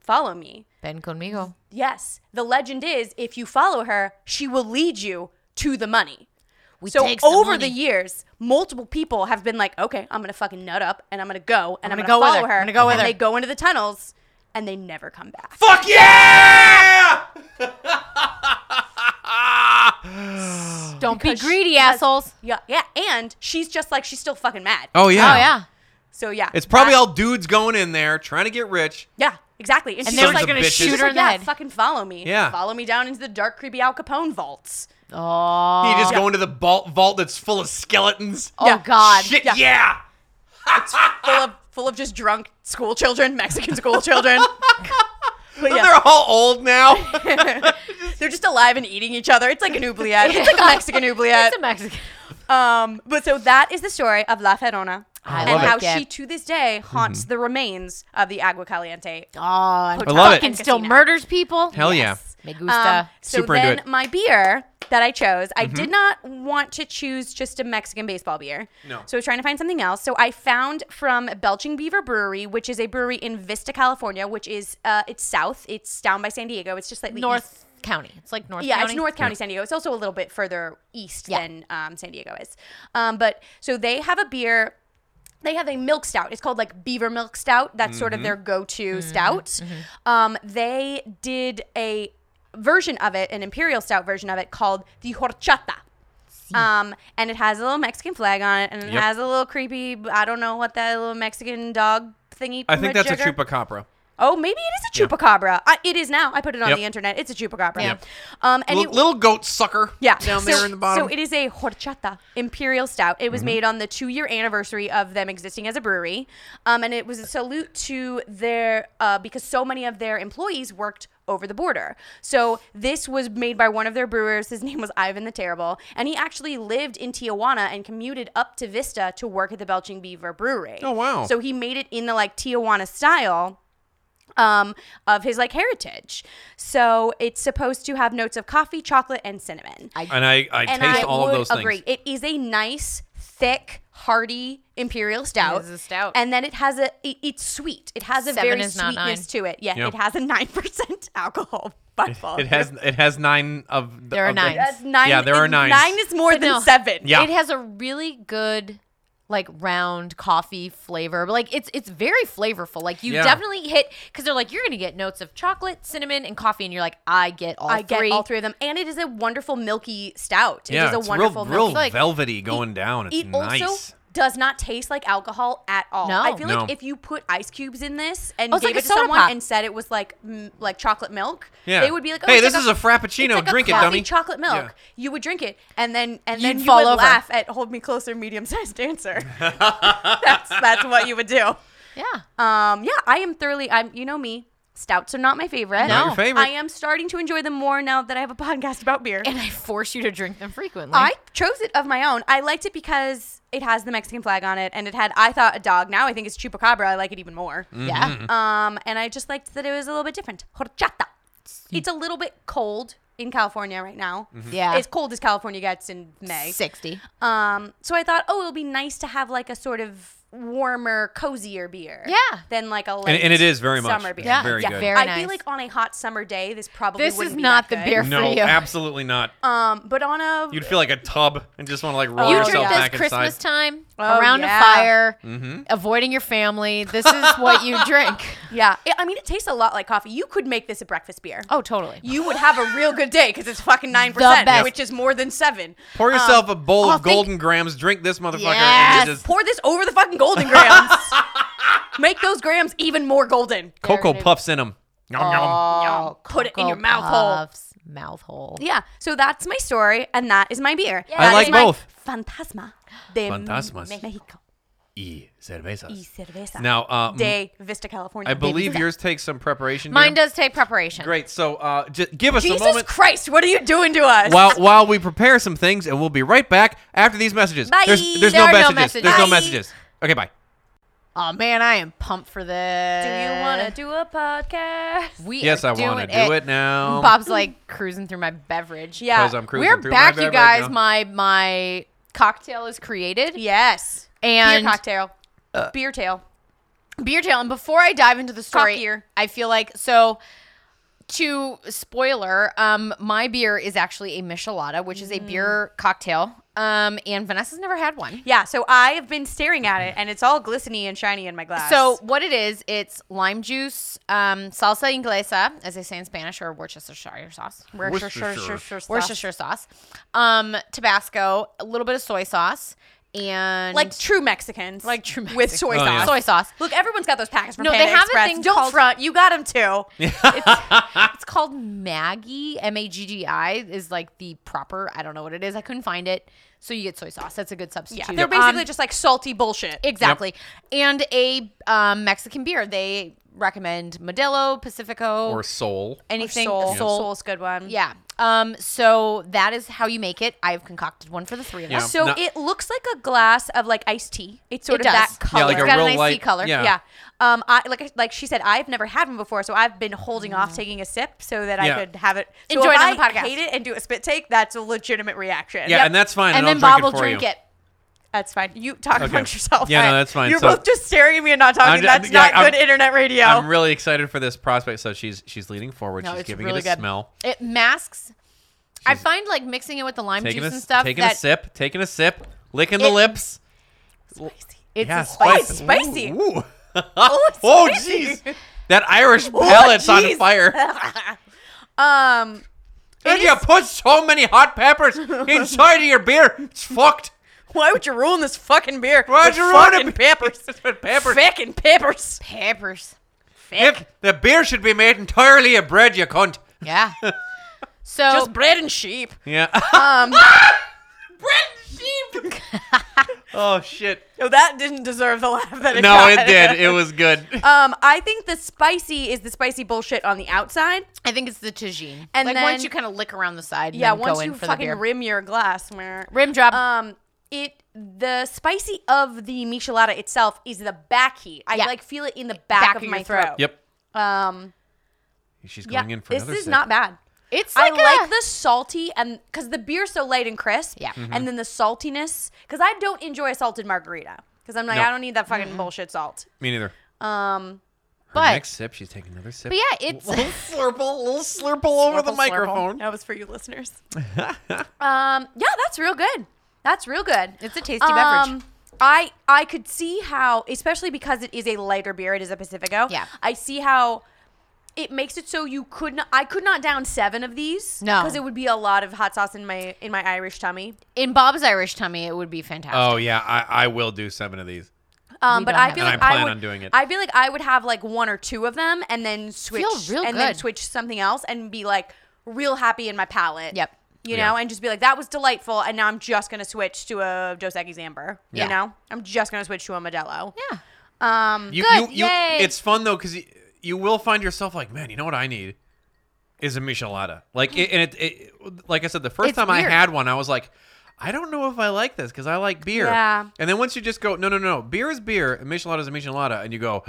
"Follow me."
ben Conmigo.
Yes, the legend is if you follow her, she will lead you to the money.
We
So
take some
over the
money.
years, multiple people have been like, "Okay, I'm gonna fucking nut up, and I'm gonna go, and I'm,
gonna
gonna,
go with
follow
her.
her.
I'm gonna go with
and
her.
They go into the tunnels, and they never come back.
Fuck yeah!
Don't
Because
be greedy,
she has-
assholes.
Yeah, yeah. And she's just like she's still fucking mad.
Oh yeah.
Oh yeah.
So yeah,
It's probably
that-
all dudes going in there trying to get rich.
Yeah, exactly.
And
she's
they were
Sons
like,
of
like going to
bitches.
shoot
she's
her
like,
in the
yeah,
head.
fucking follow me.
Yeah.
follow me down into the dark, creepy Al Capone vaults.
oh.
You just go into the vault, vault that's full of skeletons.
Oh
Yeah.
God.
Shit,
yeah.
yeah.
full of full of just drunk school children,
[LAUGHS]
Mexican school children. But yeah,
They're all old
[LAUGHS]
now.
they're just alive and eating each other. It's like an oubliette. It's like a Mexican oubliette.
It's a Mexican.
Um, but so that is the story of La Ferona
I
and
love it. Mm-hmm.
how
Yeah.
she to this day haunts the remains of the Agua Caliente.
Oh, I
love it.
fucking still
Casino.
murders people.
Hell
Yes.
Me
Um,
gusta.
so
Super into
then
it. Mm-hmm.
my beer that I chose, I did not want to choose just a Mexican baseball beer.
No.
So I was trying to find something else. So I found from Belching Beaver Brewery, which is a brewery in Vista, California, which is uh, it's south. It's down by San Diego. It's just slightly east-
North County. Um, It's like North
yeah,
County.
it's North County, San Diego. It's also a little bit further east
Yeah.
than um, San Diego is. Um, but so they have a beer. They have a milk stout. It's called like Beaver Milk Stout. That's sort of their
Mm-hmm.
go-to stout. Um, they did a version of it, an imperial stout version of it, called the horchata. Um, and it has a little Mexican flag on it, and it
Yep.
has a little creepy. I don't know what that little Mexican dog thingy.
I think that's a
majigger-
chupacabra.
Oh, maybe it is a chupacabra. I, it is now. I put it on
Yep.
the internet. It's a chupacabra.
Yep.
Um, and
L-
it,
little goat sucker.
yeah.
Down
so,
there in the bottom.
So it is a horchata imperial stout. It was made on the two year anniversary of them existing as a brewery. Um, and it was a salute to their, uh, because so many of their employees worked over the border. So this was made by one of their brewers. His [LAUGHS] name was Ivan the Terrible. And he actually lived in Tijuana and commuted up to Vista to work at the Belching Beaver Brewery.
Oh, wow.
So he made it in the like Tijuana style. um, of his like heritage. So it's supposed to have notes of coffee, chocolate, and cinnamon. I
And I, I
and
taste
I
all
would
of those
agree.
things.
It is a nice, thick, hearty imperial stout.
It is a stout.
and then it has a. it- it's sweet. It has a
Seven
very
is not nine.
sweetness to it. Yeah,
Yeah.
it has a [LAUGHS] nine percent alcohol. by volume.
It has it has nine of. The,
There are
of the-
nine.
That's nine.
Yeah, there are
it-
nines.
Nine is more
But
than
no.
seven.
Yeah.
It has a really good like round coffee flavor. But, Like it's it's very flavorful. Like you
Yeah.
definitely hit because they're like you're gonna get notes of chocolate, cinnamon, and coffee, and you're like I get all
I get
three.
all three of them, and it is a wonderful milky stout.
Yeah,
it is a
it's real-
wonderful
real
milky.
Like,
velvety going down. It's
it
nice.
also does not taste like alcohol at all.
No.
I feel like
No.
if you put ice cubes in this and
Oh, it's
gave
like a
it to
soda
someone
pop.
and said it was like mm, like chocolate milk,
Yeah.
they would be like, oh,
Hey,
it's
this
like
is a Frappuccino.
it's like a
Drink it,
coffee
dummy."
Chocolate milk.
Yeah.
You would drink it, and then and
You'd
then you
fall
would
over.
laugh at "Hold Me Closer, Medium Sized
[LAUGHS]
Dancer." that's that's what you would do.
yeah.
Um, yeah, I am thoroughly. I'm. You know me. Stouts are not my favorite.
Not your No. favorite.
I am starting to enjoy them more now that I have a podcast about beer.
and I force you to drink them frequently.
I chose it of my own. I liked it because it has the Mexican flag on it, and it had. I thought a dog. Now I think it's chupacabra. I like it even more.
Mm.
yeah.
Mm-hmm.
Um, and I just liked that it was a little bit different. Horchata. It's a little bit cold in California right now.
Mm-hmm.
Yeah.
As cold as California gets in May.
Sixty.
Um, so I thought, oh, it'll be nice to have like a sort of warmer, cozier beer.
Yeah.
Than like a
and,
late
and it is very much
summer beer.
Yeah.
very
Yeah.
good.
Very
I
nice.
feel like on a hot summer day, this probably
This
wouldn't
is
be
not
that
the
good.
beer
no,
for you.
absolutely not.
Um, but on a
[LAUGHS]
You'd feel like a tub and just want to like roll
you
Oh,
yourself
drink
yeah.
this
back
Christmas
inside. Mm-hmm.
time
Oh,
around
yeah.
a fire, avoiding your family. This is what [LAUGHS] you drink.
yeah, I- I mean, it tastes a lot like coffee. You could make this a breakfast beer.
Oh, totally.
You would have a real good day because it's fucking nine percent,
best.
which is more than seven.
Pour yourself a bowl
oh,
of
think-
golden grams. Drink this motherfucker.
Yes.
And just
Pour this over the fucking golden grams. Make those grams even more golden.
cocoa
it is.
puffs in them.
Oh,
Put it in your
Cocoa
mouth hole.
Puffs, Mouth hole.
Yeah, so that's my story, and that is my beer.
I
That
like
is my
both.
Fantasma de
Fantasmas.
Mexico
Y E cervezas.
E
y cerveza
Now, uh, m-
de Vista, California.
I believe yours takes some preparation.
Mine
dear.
does take preparation.
Great. So, uh, j- give us a
Jesus
moment
Christ, what are you doing to us?
while while we prepare some things, and we'll be right back after these messages.
Bye.
There's, there's no,
There are no
messages. There's no
messages.
messages. Okay, bye.
Oh man, I am pumped for this.
do you want to do a podcast?
We
Yes,
are
I want to
doing
do it now.
Bob's like cruising through my beverage.
Yeah.
Because I'm cruising
we're
through
back,
my
you
bed right
guys.
now.
my my cocktail is created
Yes.
and
beer cocktail.
Uh,
beer tail.
beer tail. And before I dive into the story,
Cockier.
I feel like so. To spoiler, um, my beer is actually a Michelada, which is a beer cocktail. Um, and Vanessa's never had one.
Yeah, so I have been staring at it, and it's all glistening and shiny in my glass.
So what it is, it's lime juice, um, salsa inglesa, as they say in Spanish, or Worcestershire sauce.
Worcestershire.
Worcestershire sauce, um, Tabasco, a little bit of soy sauce, and
like true Mexicans,
Like [LAUGHS] true
with
Mexicans.
soy
Oh,
sauce.
yeah.
soy sauce.
Look, everyone's got those packets from
No, they
Panda
have a
Express.
thing
Don't
called-
front. You got them too.
[LAUGHS] It's called Maggie. M A G G I is like the proper. I don't know what it is. I couldn't find it. So you get soy sauce. That's a good substitute.
Yeah, they're
Um,
basically just like salty bullshit.
exactly. And a um, Mexican beer. They recommend Modelo, Pacifico,
Or soul.
anything.
soul.
Sol.
Soul's a good one.
Yeah. Um. So that is how you make it. I've concocted one for the three of
Yeah.
us.
So
No.
it looks like a glass of like iced tea. It's sort
It
of
does.
that color.
Yeah, like
It's
a
got
real
an icy
light
color.
Yeah.
Yeah. Um, I like like she said, I've never had one before, so I've been holding off taking a sip so that
Yeah.
I could have Mm. it. So
Enjoy
if
it on the
I
podcast.
Hate it and do a spit take. That's a legitimate reaction.
Yeah,
Yep.
and that's fine.
And
I'll
then Bob
drink
will
it for
drink
you.
it.
that's fine. You talk amongst yourself.
Yeah, no,
I-
that's fine.
You're
So-
both just staring at me and not talking.
I'm ju-
that's
yeah,
not
I'm-
good internet radio.
I'm really excited for this prospect. So she's she's leaning forward.
No,
she's
it's
giving
really
it a
good.
smell.
It masks. I
She's-
find like mixing it with the lime
Taking a
juice and
s-
stuff
taking
that
a sip. Taking a sip. Licking the
It-
lips.
it's
yeah,
a spice.
spice.
spicy.
Ooh. [LAUGHS]
it's
oh
spicy. Oh,
jeez. That Irish pallet's on
jeez.
fire.
Um,
And you put so many hot peppers inside of your beer. It's fucked.
[LAUGHS] why would you ruin this fucking beer?
Why'd
with
you ruin
fucking
it?
Peppers.
It's with [LAUGHS] peppers.
Fucking peppers.
Peppers.
If the beer should be made entirely of bread, you cunt. [LAUGHS]
Yeah. So
Just bread and sheep.
Yeah. [LAUGHS]
Um,
oh shit.
no, that didn't deserve the laugh that it
No, it
got. [LAUGHS]
did. It was good.
Um, I think the spicy is the spicy bullshit on the outside.
[LAUGHS] I think it's the tagine. And
And
like once
then-
you kind of lick around the side. And
Yeah,
then go
once
in
you
for the
fucking
beer.
rim your glass, meh.
Rim job.
Um, it the spicy of the michelada itself is the back heat. I
Yeah.
like feel it in the back, of,
of your
my
throat.
throat.
Yep.
Um,
She's
yeah,
going in for
this
another
is
sip.
not bad.
It's
I
like,
like
a-
the salty and because the beer's so light and crisp.
Yeah. Mhm.
And then the saltiness because I don't enjoy a salted margarita because I'm like
No.
I don't need that fucking bullshit salt.
Me neither.
Um,
Her
But-
next sip, she's taking another sip.
but yeah,
[LAUGHS]
it's
little slurple, little slurple over the
Slurple, slurple.
microphone.
that was for you listeners. um, yeah, that's real good. That's real good.
it's a tasty beverage.
Um, I I could see how, especially because it is a lighter beer, it is a Pacifico.
Yeah.
I see how it makes it so you could not. I could not down seven of these.
No.
because it would be a lot of hot sauce in my in my Irish tummy.
In Bob's Irish tummy, it would be fantastic.
Oh yeah, I, I will do seven of these.
Um,
We
but
don't
I
have
feel
that.
like
And I
I,
plan
would,
on doing it.
I feel like I would have like one or two of them and then switch
real
and then
good.
switch something else and be like real happy in my palate.
Yep.
You
Yeah.
know, and just be like, that was delightful, and now I'm just gonna switch to a Dos Equis Amber.
Yeah.
You know, I'm just gonna switch to a Modelo.
Oh.
Yeah.
Um,
You,
Good,
you, you,
yay.
It's fun though because you, you will find yourself like, man, you know what I need is a michelada.
Mm.
Like, it, and it, it, like I said, the first
It's
time I
weird.
had one, I was like, I don't know if I like this because I like beer.
Yeah.
And then once you just go, no, no, no, beer is beer, and michelada is a michelada, and you go, [GASPS]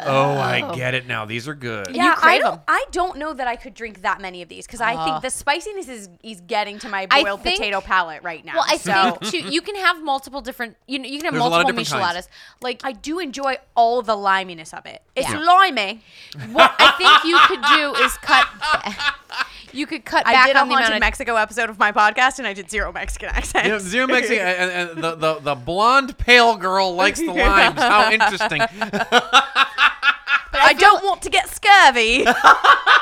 oh, I get it now. These are good.
yeah, I
crave
don't.
'em.
I don't know that I could drink that many of these because I
Oh.
think the spiciness is is getting to my
I
boiled
think-
potato palate right now.
Well, I
so
think too, you can have multiple different. You know, you can have
There's a lot of
multiple
different kinds.
micheladas. Like
I do enjoy all the liminess of it. It's
Yeah.
limey.
what I think you could do is
[LAUGHS]
cut. ba- You could cut back
I did a
on the
haunted
amount of.
Mexico episode of my podcast, and I did zero Mexican [LAUGHS] accent.
You know, zero
[LAUGHS]
Mexican and, and the, the the blonde pale girl likes the limes. How interesting!
I don't want to get
[LAUGHS]
scurvy.
I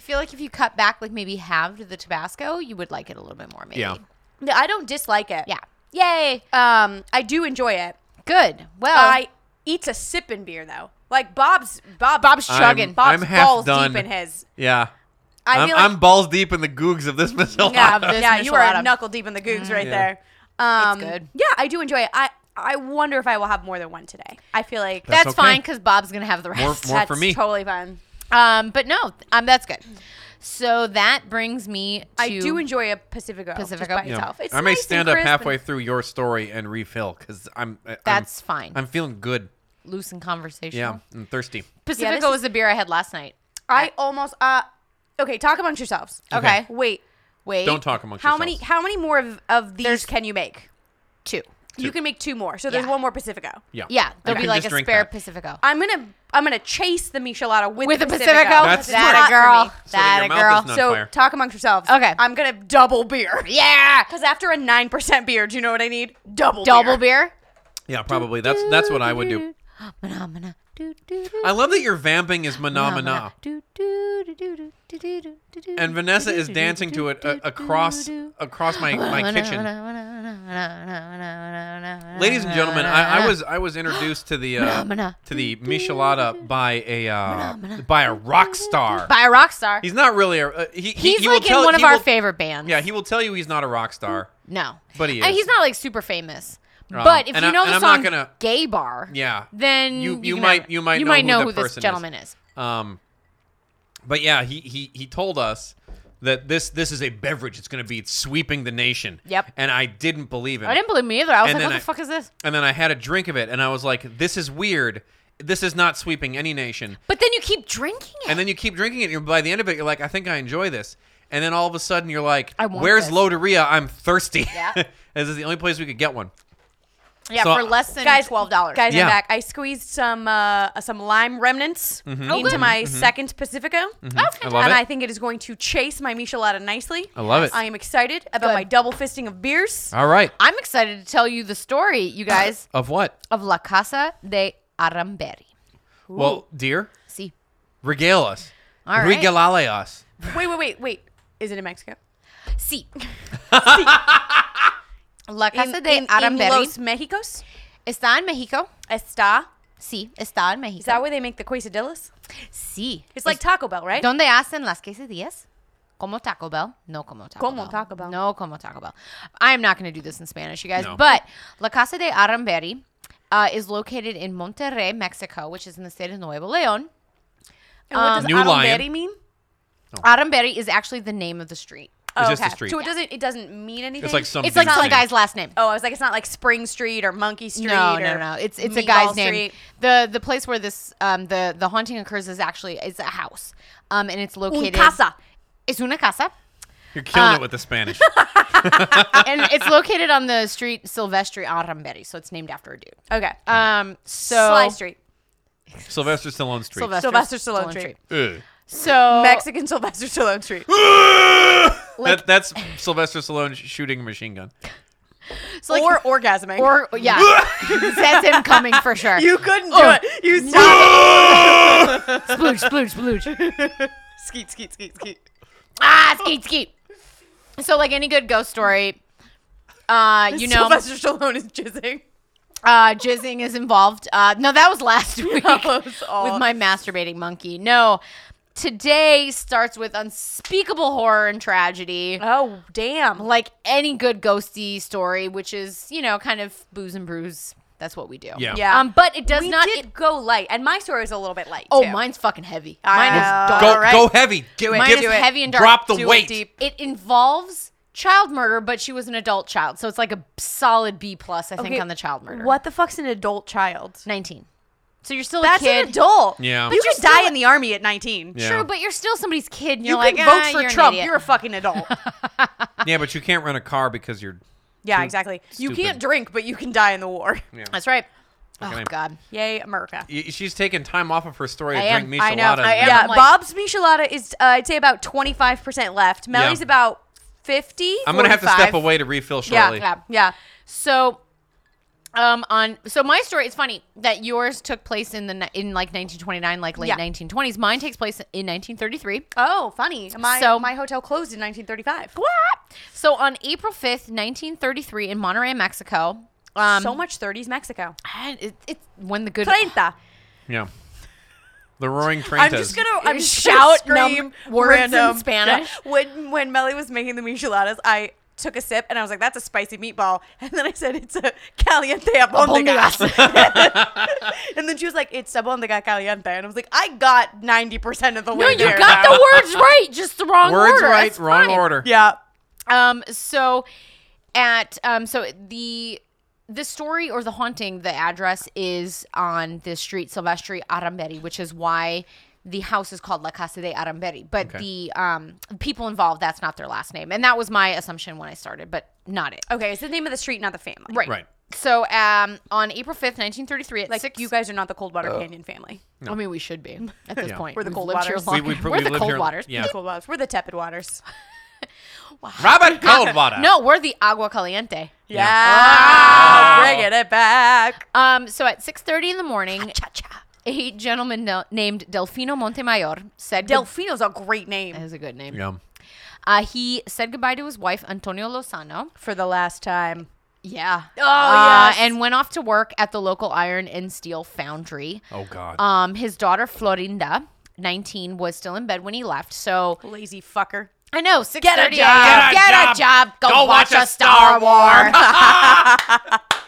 feel like if you cut back, like maybe halved the Tabasco, you would like it a little bit more. Maybe.
Yeah.
No, I don't dislike it.
Yeah.
Yay. Um, I do enjoy it.
Good. Well,
I eat a sipping beer though. Like Bob's Bob
Bob's
I'm-
chugging.
I'm
Bob's
half
balls
done.
deep in his.
Yeah,
I
I'm,
feel like
I'm balls deep in the googs of this [LAUGHS] michelada.
[LAUGHS] yeah,
of this
yeah, you are
michelada.
knuckle deep in the googs right
Yeah.
there. Um,
good.
Yeah, I do enjoy it. I I wonder if I will have more than one today. I feel like
that's
That's okay.
fine because Bob's gonna have the
More,
rest.
more for me.
totally fun.
Um, but no, um, that's good. So that brings me. to...
I do enjoy a Pacifico,
Pacifico?
Pacifico by
Yeah.
itself. It's
I may
nice and
stand up
crisp
halfway
and-
through your story and refill because I'm. I- I'm-
That's fine.
I'm feeling good.
loose and conversational.
Yeah, I'm thirsty.
Pacifico
Yeah, this
was the beer I had last night.
I almost uh okay, talk amongst yourselves.
Okay.
Wait.
Wait.
Don't talk amongst
How
yourselves.
many how many more of, of these can you make?
Two.
You can make two more. So there's
Yeah.
one more Pacifico.
Yeah.
Yeah,
You
there'll be
can
like
just
a
drink
spare
that.
Pacifico.
I'm gonna I'm gonna chase the Michelada with,
With
the
a
Pacifico.
Pacifico,
That's
that a
smart.
girl,
So that
that
your
a
mouth is
girl.
not-
So
fire.
talk amongst yourselves.
Okay.
I'm gonna double beer. [LAUGHS]
yeah,
Because after a nine percent beer, do you know what I need? Double
double beer.
Yeah, probably. That's that's what I would
[GASPS]
do.
Phenomena. Do, do, do,
I love that you're vamping
[LAUGHS]
is manamana,
Uh-huh. do, do, do, do, do, do, do, do, do, do,
and
do,
Vanessa
do,
is
do,
dancing
do,
to it
do,
uh,
do,
across
do, do.
across my my kitchen. Ladies and gentlemen, I, I was I was introduced to the uh,
Phenomena.
to the michelada by a uh, by a rock star.
by a rock star.
He's not really a uh, he, he-
He's
he will
like in
tell-
one of
he
our
will-
favorite bands.
Yeah, he will tell you he's not a rock star.
no,
But he
And
is. Oh.
he's not like super famous. But if
and
you
I-
know
and
the
I'm not
song
gonna-
"Gay Bar,"
Yeah.
then
You- you
can
might-
have it.
you might
you
know
might
who
know
the
who this
person is.
gentleman is.
Um, but yeah, he, he he told us that this this is a beverage. It's going to be sweeping the nation.
Yep.
And I didn't believe him.
I didn't believe me either. I was
And
like,
then
"What
I-
the fuck is this?"
And then I had a drink of it, and I was like, "This is weird. This is not sweeping any nation."
But then you keep drinking it.
And then you keep drinking it, and you're- by the end of it, you're like, "I think I enjoy this." And then all of a sudden, you're like,
I want
"Where's
this."
Loteria? I'm thirsty."
Yeah.
[LAUGHS] this is the only place we could get one.
yeah,
so-
for less than
Guys,
twelve dollars.
Guys,
Yeah.
I'm back. I squeezed some uh, some lime remnants
Oh,
into my second Pacifico,
Mm-hmm. I love
and
it.
I think it is going to chase my Michelada nicely.
I love it.
I am excited about
Good.
my double fisting of
[LAUGHS]
beers.
all right.
I'm excited to tell you the story, you
Uh,
guys,
Of what?
of La Casa de Aramberi.
Well, dear,
See,
regale us.
All right.
Regalale us.
Wait, wait, wait, wait. Is it in Mexico?
see. La Casa de
in Los
Aramberi
Mexicos.
está en México.
Está.
Sí, está en
Is that
México.
where they make the quesadillas?
Sí.
It's like Taco Bell, right?
¿Dónde hacen las quesadillas? Como Taco Bell. No como Taco
Como
Bell.
Taco Bell.
No como Taco Bell. I am not going to do this in Spanish, you guys.
No.
But La Casa de Aramberi uh, is located in Monterrey, Mexico, which is in the state of Nuevo León.
and what does
New
Um,
New
Lion.
mean?
Aramberi is actually the name of the street.
It's
Oh,
just a
okay.
street.
So it doesn't it doesn't mean anything.
It's like some.
It's like
big
some
thing.
guy's last name.
Oh, I was like, it's not like Spring Street or Monkey Street.
No,
or
no, no. It's it's a
Meatball
guy's name.
Street.
The the place where this um the the haunting occurs is actually it's a house. Um and it's
Un
located
casa.
It's una casa. [LAUGHS]
You're killing
Uh,
it with
[LAUGHS]
the Spanish.
and it's located on the street Silvestri Aramberi, so it's named after a dude.
Okay.
Um so
Sly Street.
Sylvester Stallone Street.
Sylvester Stallone Street.
Ugh.
So
Mexican Sylvester
[LAUGHS]
Stallone Street.
that, that's Sylvester Stallone sh- shooting a machine gun.
so like,
or orgasming.
or yeah. That's him coming for sure.
[LAUGHS] you couldn't do
Oh.
it. You stopped.
splooge, splooge, splooge.
skeet, skeet, skeet, skeet.
ah, skeet, skeet. So, like any good ghost story, uh, you know,
Sylvester Stallone is jizzing. [LAUGHS]
uh, jizzing is involved. Uh, no, that was last [LAUGHS] week
was all-
with my masturbating monkey. No, today starts with unspeakable horror and tragedy.
Oh damn.
Like any good ghosty story, which is you know kind of booze and brews. That's what we do.
Yeah.
Yeah.
Um, but it does
we
not.
did
it-
go light, and my story was a little bit light.
oh,
too.
mine's fucking heavy.
I
Mine
know.
is dark.
Go,
All right.
go heavy. Give,
it,
Mine
give,
is heavy and dark.
Drop the
Do it
weight.
deep.
It involves child murder, but she was an adult child, so it's like a solid B plus, I think,
Okay,
on the child murder.
What the fuck's an adult child?
Nineteen. So you're still
That's
a kid.
an adult.
Yeah.
But you
But
can die in the army at 19.
Yeah.
True, but you're still somebody's kid. And
You
you're like,
can vote
"Ah,
for
you're an
Trump.
idiot."
You're a fucking
[LAUGHS]
adult.
Yeah, but you can't run a car because you're.
yeah, exactly. You
Stupid.
can't drink, but you can die in the war.
That's right.
Okay.
Oh God.
Yay, America.
y- She's taking time off of her story
I
to
am.
drink
I
michelada.
know. I am.
Yeah,
I'm like-
Bob's Michelada is, uh, I'd say, about 25% left. Melly's
Yeah.
about 50.
I'm gonna have to
45.
step away to refill
Yeah,
shortly.
yeah, yeah.
So, um, on so my story. It's funny that yours took place in the ni- in like 1929, like late
Yeah.
1920s. Mine takes place in 1933.
Oh, funny. My,
So-
my hotel closed in 1935.
Ah! So on April 5th, 1933, in Monterey, Mexico. Um,
so much 30s Mexico.
I- it, it, when the good
Treinta.
Yeah. The Roaring
I'm
Train
just gonna I'm just
Shout
gonna scream
num- words in
random-
Spanish.
Yeah. When when Melly was making the micheladas, I took a sip and I was like, "That's a spicy meatball," [LAUGHS] and then I said, "It's a caliente abondiga." [LAUGHS] and then she was like, "It's abondiga caliente," and I was like, "I got ninety percent of the
No,
way
you
there."
got the words right, just the wrong
Words
order.
right,
That's
wrong
fine.
order.
[LAUGHS] yeah.
Um, so at um, so the the story or the haunting, the address is on the street Silvestri Aramberi, which is why the house is called La Casa de Aramberi. But the um people involved, that's not their last name, and that was my assumption when I started, but not it.
Okay, it's the name of the street, not the family.
Right.
Right.
So um, on April fifth, nineteen thirty three, at
Like
six,
you guys are not the Coldwater Canyon family.
I mean, we should be at this
Yeah.
point.
We're the
We've
cold
lived here
waters.
long
We- we-
enough.
we
We're the
lived
cold
here-
waters. [LAUGHS]
Yeah.
Cold waters. We're the tepid [LAUGHS] waters.
Robert
[LAUGHS]
Coldwater.
No, we're the agua caliente.
Yeah. Ah, Bringing it back.
Um, so at 6:30 in the morning, a gentleman no- named Delfino Montemayor said good-
Delfino's a great name.
that is a good name.
Yum.
Uh, he said goodbye to his wife Antonio Lozano.
For the last time.
Yeah. Oh
yes.
And went off to work at the local iron and steel foundry.
Oh God.
Um, his daughter Florinda, 19, was still in bed when he left. So
Lazy fucker.
I know 6:30.
job.
a.m. Get a job. Go, watch, a Star Wars.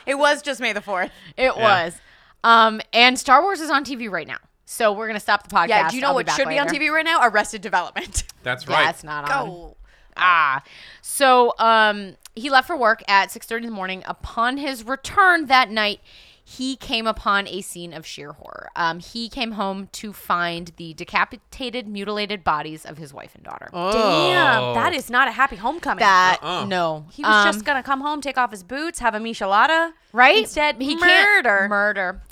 It was just May the 4th.
[LAUGHS] It was. Um, and Star Wars is on TV right now. So we're gonna stop the podcast.
Yeah, do you know
I'll
what
back
should be on
later.
TV right now? Arrested
[LAUGHS]
Development. Um,
That's
Yeah,
right.
it's not on. Ah. So um he left for work at 6:30 in the morning. Upon his return that night, he came upon a scene of sheer horror. Um, he came home to find the decapitated, mutilated bodies of his wife and daughter.
Oh.
Damn, that is not a happy homecoming.
That
Uh-uh.
no,
he was
Um,
just gonna come home, take off his boots, have a michelada,
right.
Instead,
he
murder.
can't murder.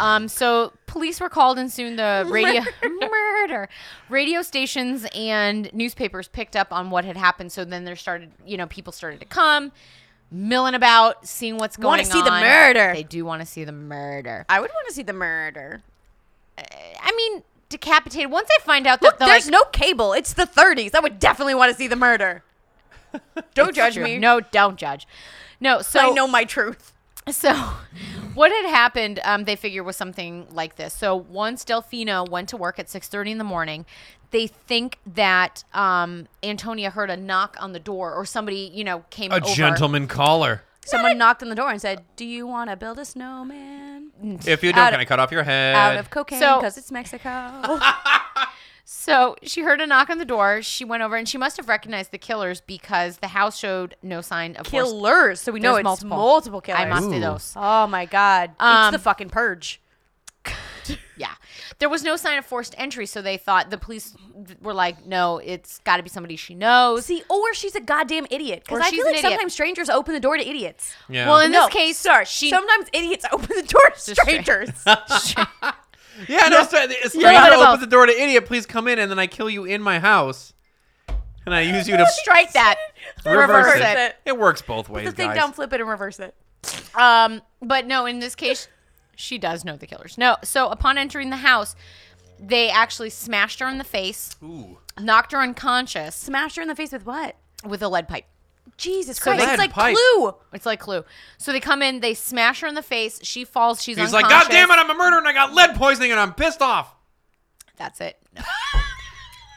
um, so police were called, and soon the
[LAUGHS]
radio [LAUGHS] murder radio stations and newspapers picked up on what had happened. So then there started, you know, people started to come. milling about, seeing what's going on.
Wanna see the murder.
They do want to see the murder.
I would want to see the murder.
I mean, decapitated. Once I find out that the,
There's
like,
no cable. It's the 30s. I would definitely want to see the murder. [LAUGHS] Don't judge
True.
me.
No, don't judge. No, so
I know my truth.
So, [LAUGHS] what had happened? Um, they figured was something like this. So once Delfino went to work at six thirty in the morning, they think that um, Antonia heard a knock on the door, or somebody, you know, came.
Oh, A
over.
gentleman caller.
Someone knocked on the door and said, "Do you want to build a snowman
If you don't,
Out
can
of-
I cut off your head?
out of cocaine
So-
because it's Mexico?"
So she heard a knock on the door. She went over and she must have recognized the killers because the house showed no sign of horse-
[LAUGHS] Killers. So we know
There's
it's multiple,
multiple.
killers.
I must do those.
Oh my god.
Um,
it's the fucking purge.
Yeah. There was no sign of forced entry, so they thought the police were like, no, it's got to be somebody she
[LAUGHS]
knows. [LAUGHS]
See, or she's a goddamn idiot. Because
Or
I
she's
feel
an
like
idiot.
sometimes strangers open the door to idiots.
Yeah.
Well, in
No,
this case,
sorry.
she
sometimes idiots [LAUGHS] open the door to
straight.
strangers.
yeah, no, sorry, the- a
right
stranger
about-
opens the door to idiot. Please come in, and then I kill you in my house, and I use you to
[LAUGHS] strike
[LAUGHS]
that.
reverse
reverse
it.
it.
it. works both ways,
the thing
guys.
down, flip it, and reverse it.
Um, but no, in this case, she does know the killers. No, so upon entering the house, they actually smashed her in the face,
Ooh.
knocked her unconscious
Smash her in the face with what?
with a lead pipe.
Jesus
So
Christ!
they-
It's like
Lead pipe.
Clue.
It's like Clue. So they come in, they smash her in the face. She falls. She's
He's like,
unconscious.
God damn it, I'm a murderer, and I got lead poisoning, and I'm pissed off.
That's it.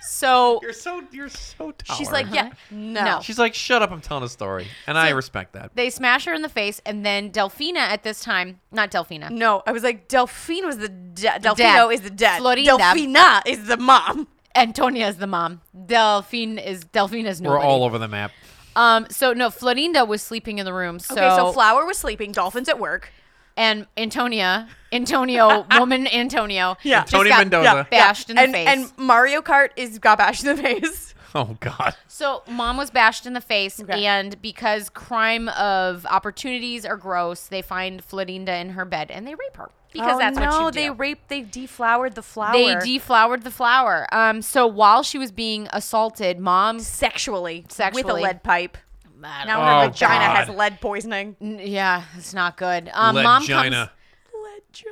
so
You're so, you're so. Tolerant.
She's like, yeah, no.
No.
She's like, shut up, I'm telling a story, and I respect that.
they smash her in the face, and then Delphina at this time, not Delphina.
No, I was like, Delphine was the de- Delphino
dad.
is the dad.
Florinda.
Delphina is the mom.
Antonia is the mom. Delphine is Delphina's
We're
nobody.
all over the map.
Um. So no, Florinda was sleeping in the room. So,
okay, so Flower was sleeping. Dolphins at work.
and Antonia,
[LAUGHS]
Antonio, woman Antonio,
Yeah.
just
Tony
got
Mendoza.
bashed in the
and,
face.
And Mario Kart is got bashed in the [LAUGHS] face.
Oh God.
so mom was bashed in the face,
Okay.
and because crime of opportunities are gross, they find Florinda in her bed and they rape her because that's
Oh, no,
what you do.
they raped. They deflowered the flower.
They deflowered the flower. Um, so while she was being assaulted, mom,
sexually, with a
Sexually.
lead pipe. Now
now,
her
Oh,
vagina
God.
has lead poisoning.
yeah, it's not good. Um, mom
Legina.
comes,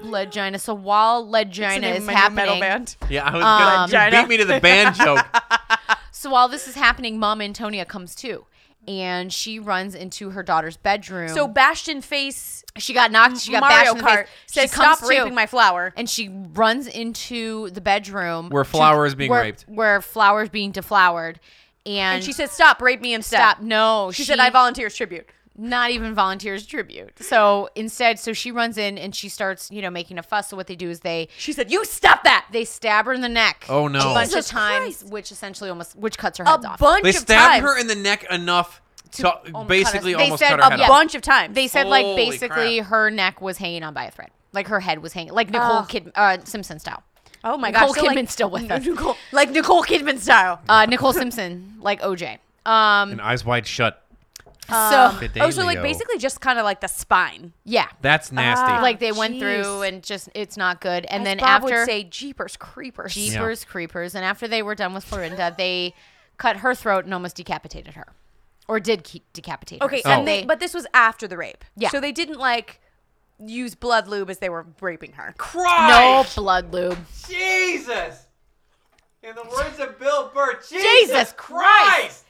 Legina. So while Legina is
Metal
happening,
band.
Yeah, I was gonna
Legina.
beat me to the band joke.
so while this is happening, mom Antonia comes too, and she runs into her daughter's bedroom.
So bashed in face.
she got knocked. She got
Mario
bashed in the
Kart
face.
says,
she comes
"Stop raping
to,
my flower."
and she runs into the bedroom
Where
to-
Flower is being
where-
raped.
Where flowers being deflowered, and,
And she said, "Stop, rape me instead."
"Stop! No!"
She, said, "I volunteer as tribute."
not even volunteers tribute. So instead, so she runs in and she starts, you know, making a fuss. So what they do is they
She said, "You stop that."
they stab her in the neck.
Oh, no.
A bunch
Jesus
of times,
Christ.
which essentially almost which cuts her
A
head off.
bunch
They
of
stabbed
times. Oh
her in the neck enough to,
cut
basically
her- they
almost
said
cut her
a
head
Yeah.
off.
bunch of times.
they said like
Holy
basically
crap.
her neck was hanging on by a thread, like her head was hanging, like Nicole
Ugh.
Kid uh, Simpson style.
"Oh my
Nicole
gosh, so, like-
Kidman's still with us.
Nicole, like Nicole Kidman style.
Uh, Nicole Simpson, like OJ. Um,
And eyes wide shut.
so
Fidelio.
Oh, so like basically just kind of like the spine.
yeah,
That's nasty.
Ah.
like they went
Jeez.
through and just it's not good. And
As
then
Bob
after
would say Jeepers Creepers.
Jeepers Creepers. And after they were done with Florinda, they cut her throat and almost decapitated her, or did keep decapitate her.
Okay,
So
and they but this was after the rape.
Yeah.
So they didn't like use blood lube as they were raping her.
no blood lube.
Jesus. In the words of Bill Burr, Jesus,
Jesus Christ.
Christ.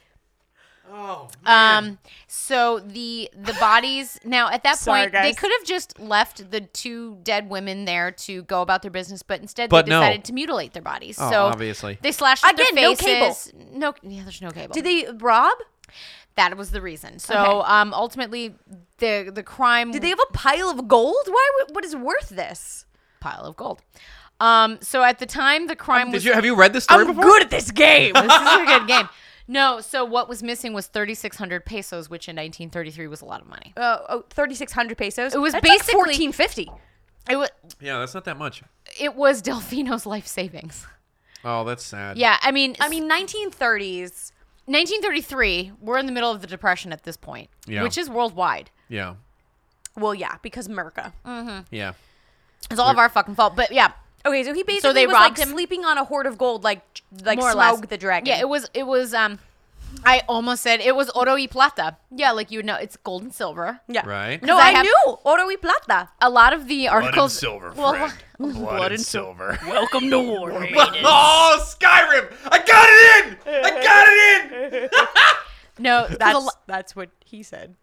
Oh,
Um, so the the bodies now at that
Sorry,
point they
guys.
could have just left the two dead women there to go about their business, but instead
But
they
no.
decided to mutilate their bodies.
Oh,
so
obviously.
they slashed off
Again,
their
no cable.
faces. No, yeah, there's no cable.
Did they rob?
that was the reason. So
Okay.
um, ultimately the the crime
Did they have a pile of gold? Why? would- What is worth this?
pile of gold. Um, so at the time the crime was
Um, Did you have you read this story
I'm
before?
good at [LAUGHS] this
[LAUGHS]
game.
this is a good game. No, so what was missing was 3,600 pesos, which in 1933 was a lot of money.
Uh, oh, 3600 pesos.
It was
That's like
basically-
1450.
It was
Yeah, that's not that much.
it was Delfino's life savings.
Oh, that's sad.
Yeah, I mean,
I mean 1930s.
1933. We're in the middle of the depression at this point,
Yeah.
which is worldwide.
Yeah.
Well, yeah, because Merca.
Yeah.
It's all of our fucking fault. But yeah,
Okay, so he basically
they
was like
robbed him?
sleeping on a hoard of gold, like like
more or less.
Smaug the dragon.
Yeah, it was. It was. Um, I almost said it was oro y plata. Yeah, like you know, it's gold and silver.
Yeah.
Right.
No,
I
I,
have-
knew oro y plata.
A lot of the articles. Well,
Blood, and silver.
Welcome to War.
[LAUGHS] Oh, Skyrim! I got it in! I got it in!
[LAUGHS] No, that's.
That's
A lo-
that's [LAUGHS] what he said.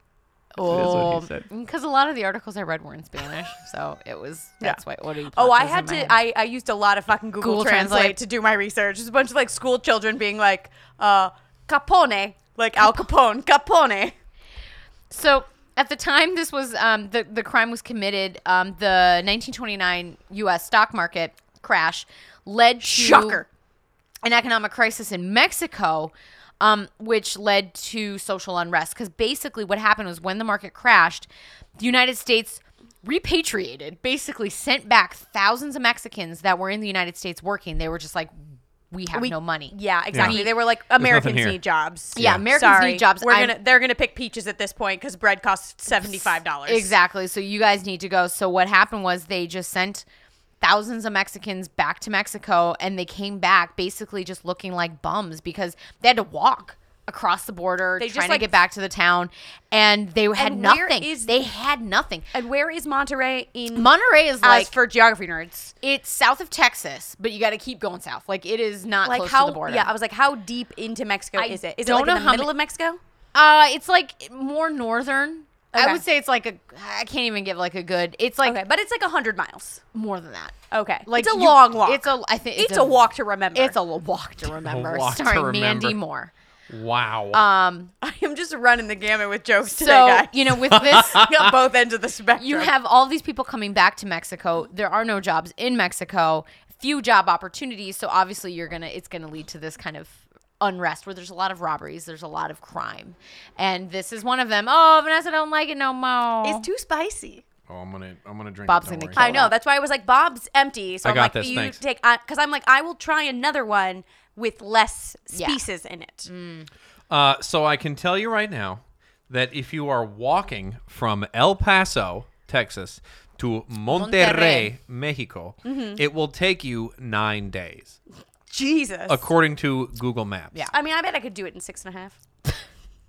Oh,
he said.
because a lot of the articles I read were in Spanish, so it was that's why. What
Oh, I had to. I, I used a lot of fucking Google,
Google
Translate,
Translate.
to do my research. There's a bunch of like school children being like, uh, Capone, like Al Capone, Capone.
so at the time this was um, the the crime was committed. Um, the 1929 U.S. stock market crash led to
Shocker.
an economic crisis in Mexico, um, which led to social unrest. Because basically, what happened was when the market crashed, the United States repatriated, basically sent back thousands of Mexicans that were in the United States working. They were just like, we have
We-
no money.
Yeah, exactly.
Yeah.
They were like
nothing
Americans
here.
need jobs.
Yeah, Americans
Sorry.
need jobs.
We're
I'm-
gonna they're gonna pick peaches at this point because bread costs seventy five dollars.
Exactly. So you guys need to go. So what happened was they just sent thousands of Mexicans back to Mexico and they came back basically just looking like bums because they had to walk across the border
They just,
trying
like-
to get back to the town and they had
And where
nothing.
is-
they had nothing.
And where is Monterey in
Monterey is
as
like
for geography nerds?
it's south of Texas, but you got to keep going south. Like it is not
Like
close
how
to the border.
yeah, I was like, how deep into Mexico
I
is it? Is
don't
it like
know
in the
how
middle
ma-
of Mexico?
Uh, it's like more northern.
Okay.
I would say it's like a. I can't even give like a good. It's like
Okay, but it's like hundred miles.
more than that.
Okay.
Like
it's a
you-
long walk.
It's a. I think
it's, a, [LAUGHS] walk to remember.
It's a l- walk to remember.
walk to
starring
remember.
Mandy Moore.
Wow.
Um,
I am just running the gamut with jokes
so
today, guys.
you know, with this,
[LAUGHS] on both ends of the spectrum.
you have all these people coming back to Mexico. There are no jobs in Mexico. Few job opportunities. So obviously, you're gonna. It's gonna lead to this kind of unrest where there's a lot of robberies. There's a lot of crime, and this is one of them. Oh, Vanessa, don't like it no more.
It's too spicy.
oh, I'm gonna I'm gonna drink.
Bob's
it, don't
gonna
worry.
kill
I know. That's why I was like, Bob's empty. So
I
am
got
like,
this,
you
thanks.
take because I'm like, I will try another one with less species in it.
Uh, so I can tell you right now that if you are walking from El Paso, Texas, to Monterrey,
Monterrey. Mm-hmm.
Mexico, it will take you nine days,
Jesus.
according to Google Maps.
Yeah.
I mean, I bet I could do it in six and a half.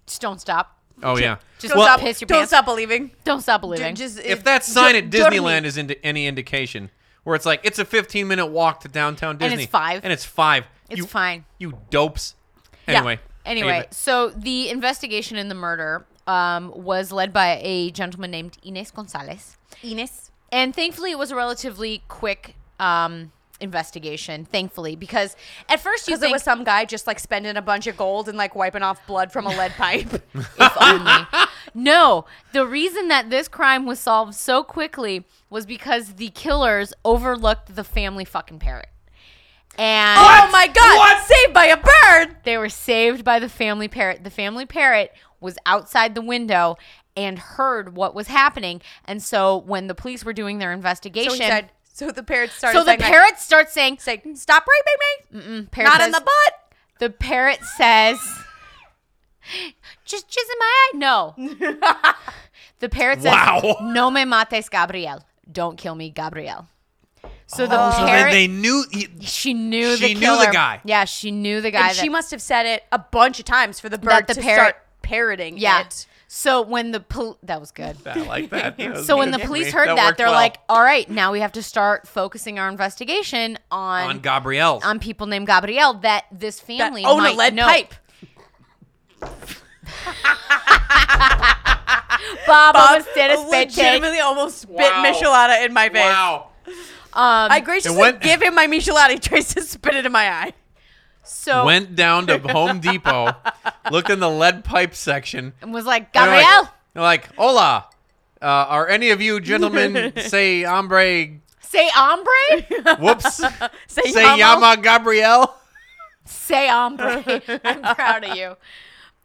Just don't stop.
Oh yeah.
Just
Well,
stop. Piss your
Don't
pants.
stop believing.
Don't stop believing.
Just
if that sign at Disneyland
me.
is into any indication, where it's like it's a 15 minute walk to downtown
it's
Disney,
five.
and it's five.
It's
you,
fine.
You dopes. Anyway. I
Anyway,
give it-
so the investigation in the murder um, was led by a gentleman named Ines Gonzalez.
Enos.
And thankfully, it was a relatively quick um, investigation, thankfully, because at first you
Because it
think,
was some guy just like spending a bunch of gold and like wiping off blood from a [LAUGHS] lead pipe.
if only.
[LAUGHS]
No, the reason that this crime was solved so quickly was because the killers overlooked the family fucking parrot. And
oh my god! Saved by a bird.
They were saved by the family parrot. The family parrot was outside the window and heard what was happening. And so when the police were doing their investigation,
So he said. So the parrot started.
so the
saying, like,
parrot starts saying,
say, "Stop raping me!
parrot
Not
says,
in the butt."
the parrot says, just jizz in my eye. No. the parrot says,
Wow.
no me mates, Gabriel. Don't kill me, Gabriel. So the
[LAUGHS] So then
parrot,
they knew.
she knew the
She knew the
killer.
guy.
Yeah, she knew the guy.
And
that-
she must have said it a bunch of times for the bird
That the
to
parrot-
start parroting
yeah.
it.
So when the pol- that was good.
[LAUGHS] I like that. That was
So when the
good.
police
Me.
heard that,
worked
they're
well.
like, "All right, now we have to start focusing our investigation on
on
on,
Gabrielle.
people named Gabrielle that this
That
family
own a
might
lead
know."
pipe.
Bob almost did a spit take.
legitimately almost spit
Wow.
Michelada in my face.
wow.
Um,
I graciously
It went-
give him my Michelada. He tries to spit it in my eye. [LAUGHS]
so
Went down to Home Depot, looked in the lead pipe section.
and was like,
and they're
"Gabrielle,
Like, they're like, hola. Uh, are any of you
[LAUGHS]
gentlemen say hombre?
say
[LAUGHS]
hombre, [LAUGHS]
Whoops.
Say, um,
say
Yamo.
Yama Gabrielle.
say hombre." [LAUGHS] I'm proud of you.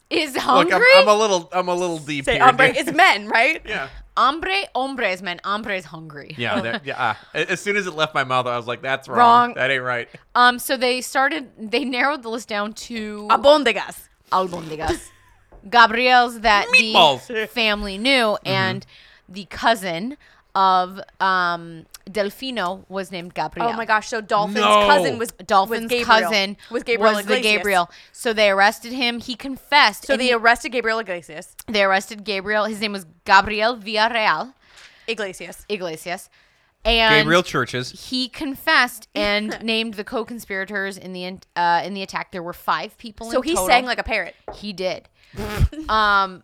Is
Look,
hungry?
I'm, I'm a little, I'm a little deep
Say
here.
hombre.
dude.
It's men, right?
yeah.
hombre, hombre is man. Hombre is hungry.
[LAUGHS] Yeah,
[LAUGHS]
there- yeah. ah. A- as soon as it left my mouth, I was like, "That's wrong.
Wrong.
That ain't right."
Um. So they started. They narrowed the list down to
Abondigas.
albondigas. Gabriel's that the
Meatballs.
[LAUGHS]
Mm-hmm.
family knew, and the cousin of um, Delfino was named Gabriel.
Oh my gosh! So Dolphin's
No.
cousin was
Dolphin's
was Gabriel,
cousin
was Gabriel
was the
Iglesias.
Gabriel. So they arrested him. He confessed.
So
and
they arrested Gabriel Iglesias.
he- they arrested Gabriel. His name was Gabriel Villarreal
Iglesias.
Iglesias. And
Gabriel Churches.
he
[LAUGHS]
confessed and named the co-conspirators in the in- uh, in the attack. There were five people.
So
in
he
total.
sang like a parrot.
He
[LAUGHS]
did. um,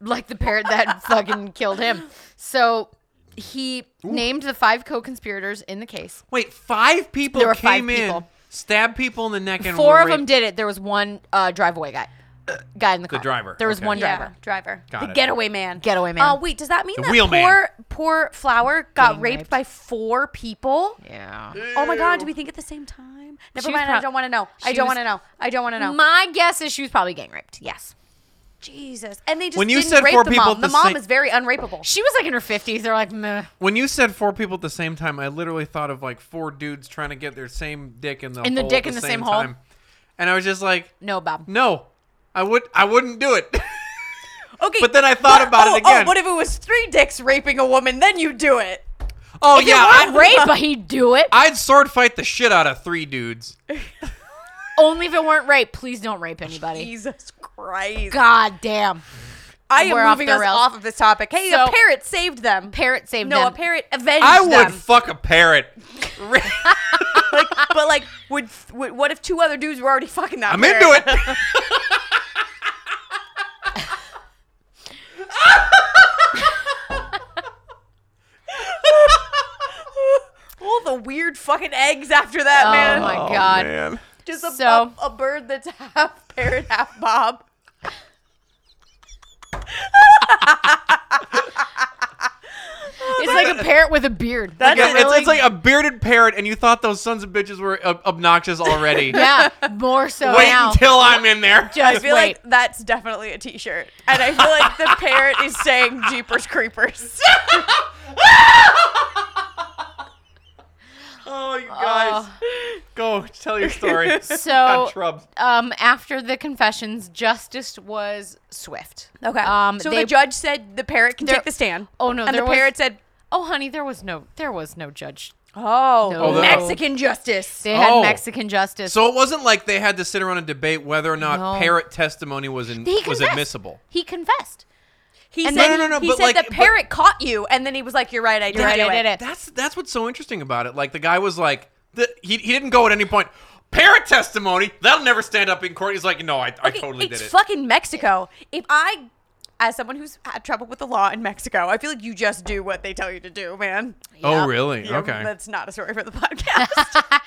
like the parrot that
[LAUGHS]
fucking killed him. So he named the five co-conspirators in the case.
Wait, five people
There were five
came in,
people.
stabbed people in the neck, and
Four
were
of them
raped.
did it. There was one uh, driveway guy, guy in the car.
driver,
There was
okay.
one
Yeah,
driver.
driver.
Got
the
it.
getaway man.
Getaway man.
uh, wait, does that mean
The
that
wheel
poor
man.
poor Flower got
Getting
raped
raped.
by four people?
Yeah.
Oh my god, do we think at the same time? Never
She was
mind. I
prob-
don't want to know. I
she
don't
was-
want to know. I don't want to know.
My guess is she was probably gang raped. Yes.
Jesus. And they just
When you
didn't
said
rape
four
the
people
mom.
at
The
the
mom
same-
is very unrapeable.
She was like in her 50s. They're like, meh.
When you said four people at the same time, I literally thought of like four dudes trying to get their same dick in the
In the
hole
dick
at
in the
same,
same hole?
time. And I was just like,
No, Bob.
no, I would I wouldn't do it. [LAUGHS]
Okay.
But then I thought about it
oh,
again.
Oh, what if it was three dicks raping a woman? Then you do it.
[LAUGHS] oh
Yeah,
yeah, I,
not rape, but he'd do it.
I'd sword fight the shit out of three dudes.
Only if it weren't rape. Please don't rape anybody.
Jesus Christ.
God damn.
I am
We're off
moving
the
us
rails.
off of this topic. Hey, a
So-
parrot saved them.
Parrot saved
no,
them.
a parrot avenged
I
them.
would fuck a parrot.
[LAUGHS] like, but like, would, would what if two other dudes were already fucking that?
I'm
parrot?
into
[LAUGHS] Oh,
it.
[LAUGHS] All the weird fucking eggs after that,
Oh
man.
my god.
Man.
Just a,
So-
a, a bird that's [LAUGHS] half parrot, half bob.
It's like a parrot with a beard. Like
Yeah,
a
it's,
really-
it's like a bearded parrot, and you thought those sons of bitches were ob- obnoxious already.
[LAUGHS] yeah,
[LAUGHS]
more so
Wait
now.
until I'm in there.
Just
I feel
wait.
like that's definitely a T-shirt, and I feel
[LAUGHS]
like the parrot is saying
[LAUGHS]
"Jeepers Creepers."
Oh, you guys, go tell your
[LAUGHS]
story. [LAUGHS]
So-
God, Trump.
um, after the confessions, justice was swift. Um,
so
they,
the judge said the parrot can
There-
take the stand.
Oh, no,
And the
there was-
parrot said,
oh, honey, there was no, there was no judge.
"Oh,
No.
no.
Mexican justice."
They had
Oh.
Mexican justice.
So it wasn't like they had to sit around and debate whether or not
No.
parrot testimony was in,
he
was
confessed.
admissible.
He
[LAUGHS]
confessed.
He
And
said,
then-
No, no, no,
he
but
said
like-
the
but-
parrot caught you, and then he was like, "You're right, I did,
You're right,
do
I did it.
That's that's what's so interesting about it. Like the guy was like, the, he he didn't go at any point. Parrot testimony that'll never stand up in court. He's like, no, I, I
Okay,
totally
it's
did it.
fucking Mexico. If I, as someone who's had trouble with the law in Mexico, I feel like you just do what they tell you to do, man.
Oh, really?
Yeah,
okay,
That's not a story for the [LAUGHS] podcast.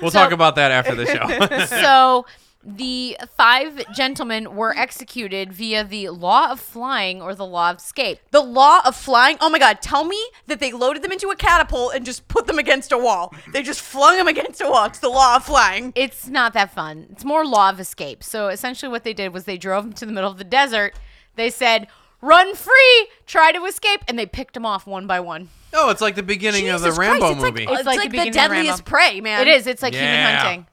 we'll
so-
talk about that after the
[LAUGHS]
show. [LAUGHS]
so the five gentlemen were executed via the law of flying or the law of escape.
the law of flying. Oh my God. Tell me that they loaded them into a catapult and just put them against a wall. They just flung them against a wall. It's the law of flying.
It's not that fun. It's more law of escape. So essentially, what they did was they drove them to the middle of the desert. They said, "Run free, try to escape," and they picked them off one by one.
oh, it's like the beginning of the
Jesus
Rambo
Christ, it's like-
movie.
It's like the
beginning of Rambo.
deadliest prey, man.
It is. It's like human
Yeah.
hunting.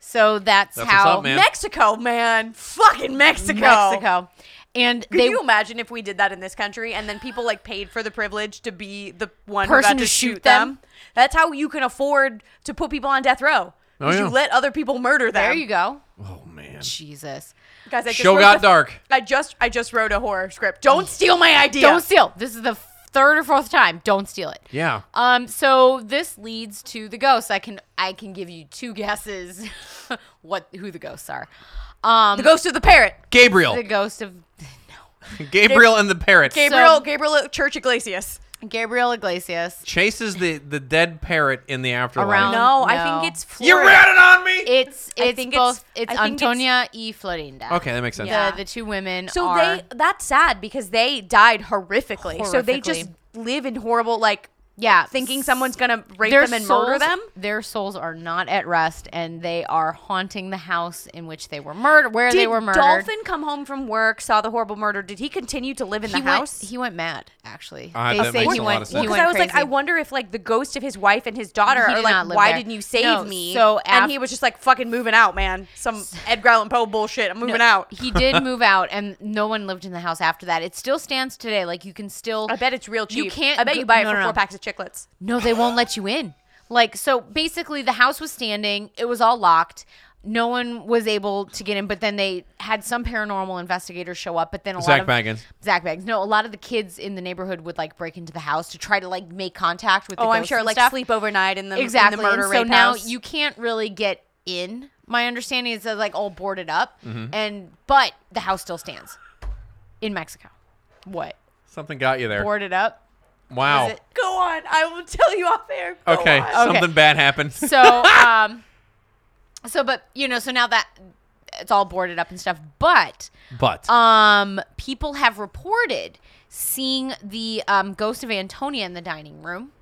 So that's,
That's what's
how
up, man.
Mexico, man. Fucking Mexico.
Mexico. And
Could
they
you imagine if we did that in this country and then people like paid for the privilege to be the one who
Person
got
to
to
shoot
shoot,
them?
them? That's how you can afford to put people on death row.
Oh,
Because
yeah.
you let other people murder them.
there you go.
oh man,
Jesus.
Guys, I just
show
wrote
got
a-
dark.
I just I just wrote a horror script. Don't steal my idea.
Don't steal. This is the third or fourth time. Don't steal it.
Yeah.
Um so this leads to the ghosts. I can I can give you two guesses [LAUGHS] what who the ghosts are. Um
the ghost of the parrot.
Gabriel,
the ghost of [LAUGHS]
Gabriel and the parrot
Gabriel,
So-
Gabriel at Church Iglesias.
Gabriel Iglesias.
chases the the dead parrot in the afterlife.
Around-
No, I
No.
think it's
you
Florida.
ratted on me.
It's it's
think it's-
both it's,
I think it's-
Antonia e Florinda.
okay, that makes sense.
The, the two women
So
are
they that's sad because they died horrifically. So they just
Horrifically.
live in horrible like
yeah,
thinking someone's gonna rape
their
them and
souls,
murder them.
Their souls are not at rest, and they are haunting the house in which they were murdered, where they
Did
were murdered.
Dolphin come home from work, saw the horrible murder. Did he continue to live in
he
the
went,
house?
He went mad, actually.
Ah,
they
that
say
makes
he
a lot
went.
of
He
sense.
because
went
I was like,
crazy.
I wonder if like the ghost of his wife and his daughter
He
are
did
like,
not live
why
there.
didn't you save
No,
me?
so af-
and he was just like fucking moving out, man. Some Edgar Allan Poe bullshit. I'm moving
No,
out.
[LAUGHS]
he did move out, and no one lived in the house after that. It still stands today. Like you can still.
I bet it's real cheap.
You can't.
I bet
go-
you buy it
no,
for
no, no.
four packs of chiclets.
No, they won't let you in. Like so, basically, the house was standing. It was all locked. No one was able to get in, but then they had some paranormal investigators show up. But then a lot
Zach
of
Baggins.
Zach Baggins. No, a lot of the kids in the neighborhood would like break into the house to try to like make contact with. The
Oh, I'm
ghosts
sure
and
like
stuff.
sleep overnight in the
exactly.
in the murder
and so
rape
now
house.
you can't really get in. My understanding is that like all boarded up, and but the house still stands in Mexico. What
Something got you there.
boarded up?
Wow.
Is it- Oh,
go on. I will tell you off air. Go
Okay,
on.
something bad
[LAUGHS]
happened.
So, um, so but you know, so now that it's all boarded up and stuff, but
but
um, people have reported seeing the um, ghost of
Mm-hmm.
Antonia in the dining room.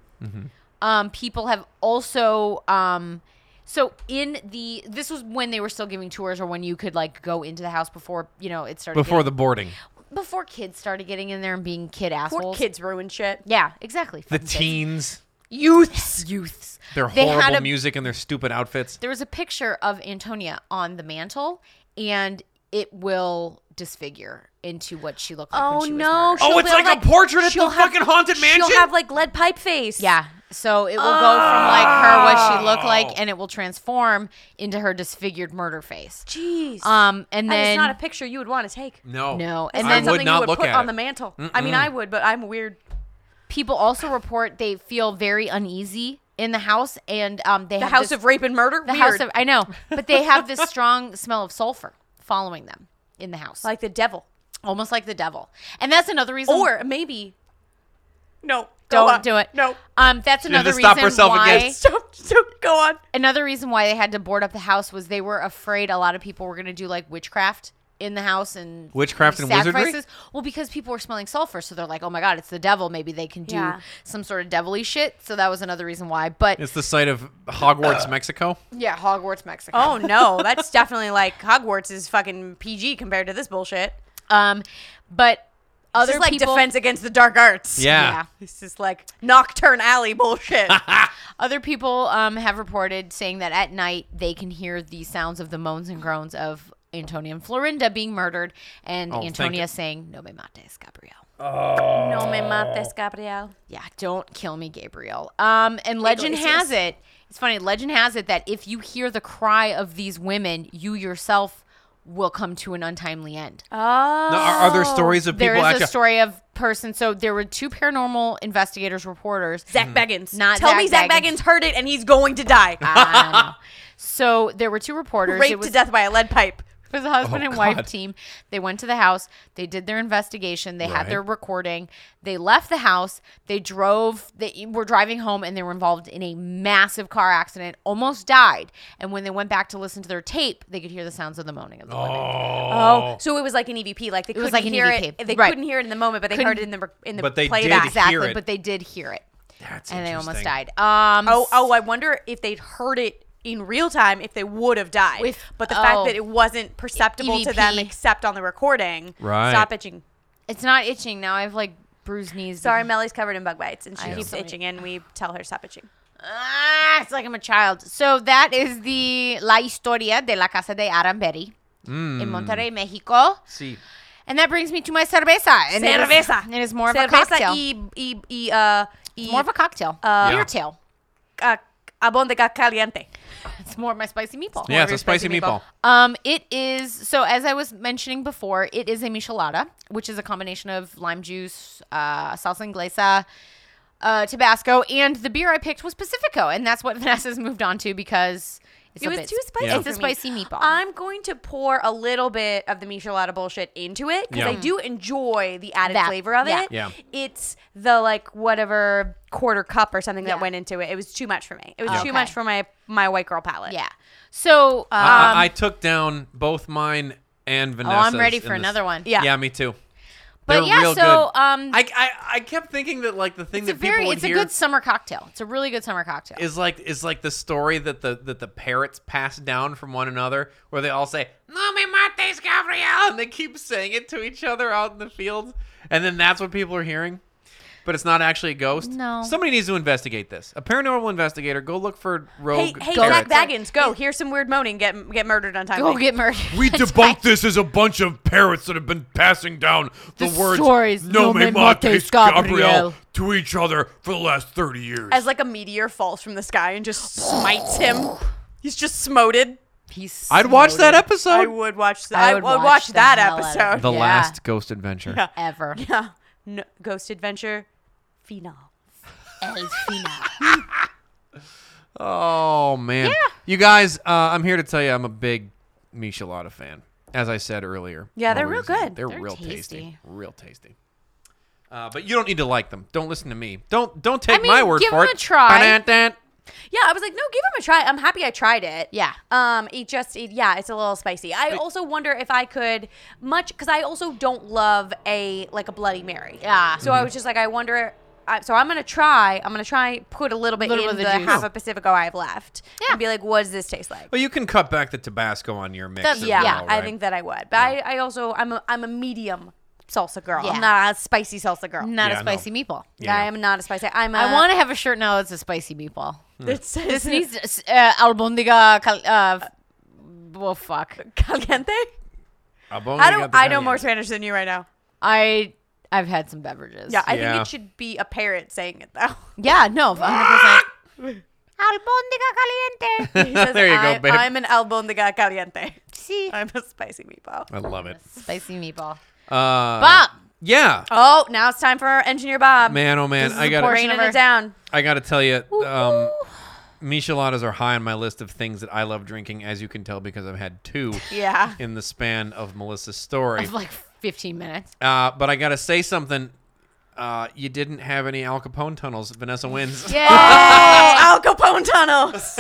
Um, people have also um, So in the this was when they were still giving tours, or when you could like go into the house before you know it started
before the
getting-
boarding.
before kids started getting in there and being kid
Poor
assholes.
kids ruin shit.
Yeah, exactly.
The
Fucking kids.
teens,
youths, youths.
their
They had
horrible
a-
music and their stupid outfits.
There was a picture of Antonia on the mantle, and it will disfigure into what she looked like.
Oh
when she
no!
Was murdered.
Oh,
she'll
it's
wear,
like a portrait at
she'll
the fucking haunted mansion?
She'll have like lead pipe face.
yeah. So it will go from like her what she looked
Oh.
like, and it will transform into her disfigured murder face.
Jeez.
Um, and
that is
then
not a picture you would want to take.
No,
No,
That's
and
Mm.
then
not
I would
something you
not
would
look
put
at
on
it.
the mantle. I mean, I would, but I'm weird.
people also report they feel very uneasy in the house, and um, they
The
have
house
this-
of rape and murder.
the
Weird.
house of I know, but they have
[LAUGHS]
this strong smell of sulfur following them in the house,
like the devil,
almost like the devil. And that's another reason.
or maybe. No, go
don't
on.
do it.
No, [LAUGHS]
Um, that's
had to
another
stop
reason
herself
why.
again.
stop, stop. Go on.
Another reason why they had to board up the house was they were afraid a lot of people were going to do like witchcraft in the house and
Witchcraft and wizardry?
sacrifices. Well, because people were smelling sulfur, so they're like, "Oh my god, it's the devil. Maybe they can do
Yeah.
some sort of devilly shit." So that was another reason why. But
it's the site of Hogwarts, Mexico.
yeah, Hogwarts, Mexico.
Oh [LAUGHS] no, that's definitely like Hogwarts is fucking PG compared to this bullshit.
Um, but other
This is like
people,
Defense Against the Dark Arts.
Yeah.
This is like Nocturne Alley
[LAUGHS]
bullshit.
Other people um, have reported saying that at night they can hear the sounds of the moans and groans of Antonia and Florinda being murdered, and
Oh, thank
Antonia
it.
saying "No me mates, Gabriel."
no me mates, Gabriel.
Yeah, don't kill me, Gabriel. Um, and legend
Iglesias.
has it. It's funny. Legend has it that if you hear the cry of these women, you yourself will come to an untimely end.
Oh.
Now, are, are there stories of
there
people
is
actually?
a story of person. So there were two paranormal investigators, reporters.
Zach Baggins.
Not
Tell
Zach
me Zach
Baggins.
Baggins. heard it and he's going to die.
I don't know. So there were two reporters.
Raped
it was,
to death by a lead pipe.
It was a husband
Oh,
and wife
God.
team. They went to the house. They did their investigation. They had
Right.
their recording. They left the house. They drove. They were driving home, and they were involved in a massive car accident. Almost died. And when they went back to listen to their tape, they could hear the sounds of the moaning
Oh,
of the women.
Oh. so it was like an EVP. Like they couldn't
was like an
hear
EVP.
it. They
Right.
couldn't hear it in the moment, but they heard it in the rec- in the
But they did
playback.
hear
Exactly,
it.
but they did hear it,
That's
and they almost
interesting.
died. Um,
Oh, oh! I wonder if they'd heard it in real time, if they would have died.
With-
but the
oh. E
fact that it wasn't perceptible to them
EVP.
except on the recording.
Right.
Stop itching.
it's not itching now. I've like bruised knees.
Sorry, Melly's covered in bug bites, and she
have
keeps
so many-
itching, and we tell her stop itching.
Ah, it's like I'm a child. So that is the La Historia de la Casa de Aramberi
Hmm.
in Monterrey, Mexico.
See,
And that brings me to my cerveza. And it is-
Cerveza.
It is, more of a
Cerveza
cocktail.
Y, y, y, uh, y,
more of a cocktail.
Yeah.
Beer tail. [LAUGHS]
uh, abondega caliente.
It's more of my spicy meatball.
yeah, it's
your
a spicy
spicy
meatball.
meatball.
Um, it is so as I was mentioning before, it is a michelada, which is a combination of lime juice, uh, salsa inglesa, uh, Tabasco, and the beer I picked was Pacifico, and that's what [LAUGHS] Vanessa's moved on to because it's
It
a
was
bit-
too spicy.
Yeah.
It's a
for me.
spicy meatball.
I'm going to pour a little bit of the Michelada bullshit into it because
Yeah.
I do enjoy the added
That-
flavor of
yeah.
it.
Yeah.
It's the like whatever quarter cup or something
Yeah.
that went into it. It was too much for me. It was
Okay.
too much for my my white girl palate.
yeah. So
I, I, I took down both mine and
Um, Oh,
Vanessa.
I'm ready for another one.
Yeah.
yeah, me too.
But
They're
yeah,
real
so
good.
um
I, I I kept thinking that like the thing
it's a
that people
very
would
it's
hear
a good summer cocktail. It's a really good summer cocktail.
is like is like the story that the that the parrots pass down from one another, where they all say "No me mates, Gabriel," and they keep saying it to each other out in the fields, and then that's what people are hearing. But it's not actually a ghost.
No.
somebody needs to investigate this. A paranormal investigator, go look for
Hey,
rogue.
hey,
parrots.
Zach Baggins, go. Hear some weird moaning. Get get murdered on time.
Go get murdered.
We debunked this as a bunch of parrots that have been passing down the,
The
words
stories,
"No me mates,
Gabriel."
Gabriel" to each other for the last thirty years.
As like a meteor falls from the sky and just smites him. He's just smoted.
[LAUGHS] He's
I'd watch that
I
episode.
would watch that.
I
I
would
would,
watch
watch,
the
that
hell out of it.
episode.
the
Yeah.
last ghost adventure.
[LAUGHS] ever.
[LAUGHS] Yeah. No, Ghost Adventure, Phenol.
El final.
Oh man. Yeah. You guys, uh, I'm here to tell you I'm a big Michelada fan. As I said earlier.
Yeah, they're
While we
real
was eating.
good.
They're,
They're
real tasty.
tasty.
Real tasty. Uh, but you don't need to like them. Don't listen to me. Don't don't take
I mean,
my word
give
for
them
it.
a try.
Ba-da-da.
Yeah, I was like, no, give him a try. I'm happy I tried it.
Yeah.
Um, it just, it, yeah, it's a little spicy. I also wonder if I could much because I also don't love a like a Bloody Mary.
Yeah.
So I was just like, I wonder. I, so I'm gonna try. I'm gonna try put a little bit
Little
in
bit
the,
of the juice.
half a Pacifico I have left,
Yeah.
and be like, what does this taste like?
Well, you can cut back the Tabasco on your mix.
That's-
as
yeah,
well,
I
right?
think that I would. But I, I also I'm a, I'm a medium salsa girl.
Yeah.
I'm not a spicy salsa girl.
[LAUGHS] Not
Yeah,
a spicy meatball.
Yeah.
I am not a spicy. I'm a,
I want to have a shirt now that's a spicy meatball.
Hmm.
that says
This [LAUGHS] needs uh, albondiga. Cal- uh, well, fuck.
caliente.
Albondiga
I don't. I know
Italiana.
more Spanish than you right now.
I I've had some beverages.
Yeah, I
Yeah.
think it should be a parrot saying it
[LAUGHS]
though.
yeah. No, 100. percent Albondiga caliente.
[LAUGHS] He says,
There you go,
"I'm-
babe."
I'm an albondiga caliente. [LAUGHS]
See,
I'm a spicy meatball.
I love it.
spicy meatball.
Uh,
Bob,
Yeah.
Oh, now it's time for our engineer Bob.
Man, oh man,
This is
I
the
got
portion
to
of
Rain
it down.
I got to tell you, um, micheladas are high on my list of things that I love drinking, as you can tell because I've had two
[LAUGHS] Yeah.
in the span of Melissa's story.
of like 15 [LAUGHS] minutes.
Uh, but I got to say something. Uh, you didn't have any Al Capone tunnels. Vanessa wins.
[LAUGHS] Yeah.
Al
[LAUGHS]
Capone tunnels.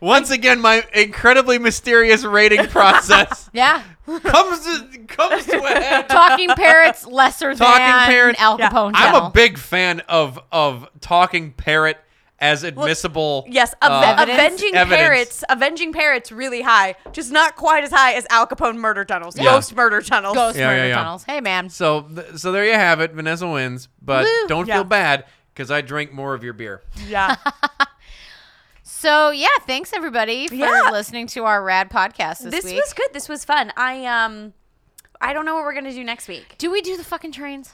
Once again, my incredibly mysterious rating
[LAUGHS]
process
yeah.
comes to, comes to a head.
Talking parrots lesser
Talking
than
parrots.
Al
Yeah.
Capone.
I'm
tunnel.
a big fan of of talking parrot as admissible.
[LAUGHS] Yes,
uh,
ave-
evidence?
avenging
Evidence.
parrots. Avenging parrots really high, just not quite as high as Al Capone murder tunnels,
Yeah.
ghost murder tunnels.
ghost
Yeah,
murder
yeah, yeah.
tunnels. Hey man.
So, th- so there you have it. Vanessa wins, but
Woo.
don't
Yeah.
feel bad because I drank more of your beer.
[LAUGHS] Yeah,
So yeah, thanks everybody for
Yeah.
listening to our rad podcast [LAUGHS] this,
this
week.
was good. This was fun. I um, I don't know what we're gonna do next week.
Do we do the fucking trains?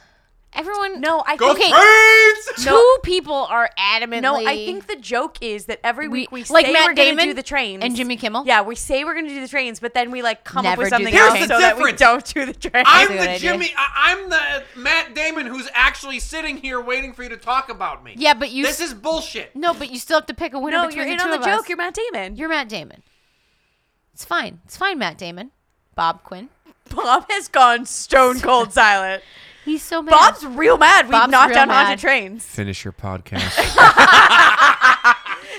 Everyone
No, I
Go
think
Braves!
Two people are adamantly
No, I think the joke is that every week we,
like
say
Matt
we're
Damon
gonna do the trains
and Jimmy Kimmel.
Yeah, we say we're gonna do the trains, but then we like come
Never
up with
do the
something
trains.
else
Here's
the
so that we
difference.
don't do the trains.
I'm
That's a
the
good idea.
Jimmy. I, I'm the Matt Damon who's actually sitting here waiting for you to talk about me.
Yeah, but you
This is bullshit.
No, but you still have to pick a winner
no,
between
you're
the
in
two
on the
of
joke.
us.
You're Matt Damon.
You're Matt Damon. It's fine. It's fine, Matt Damon. Bob Quinn.
Bob has gone [LAUGHS] stone cold silent.
He's so mad.
Bob's real mad. We've
Bob's
knocked
real
down
mad.
haunted trains.
Finish your podcast. [LAUGHS]
[LAUGHS]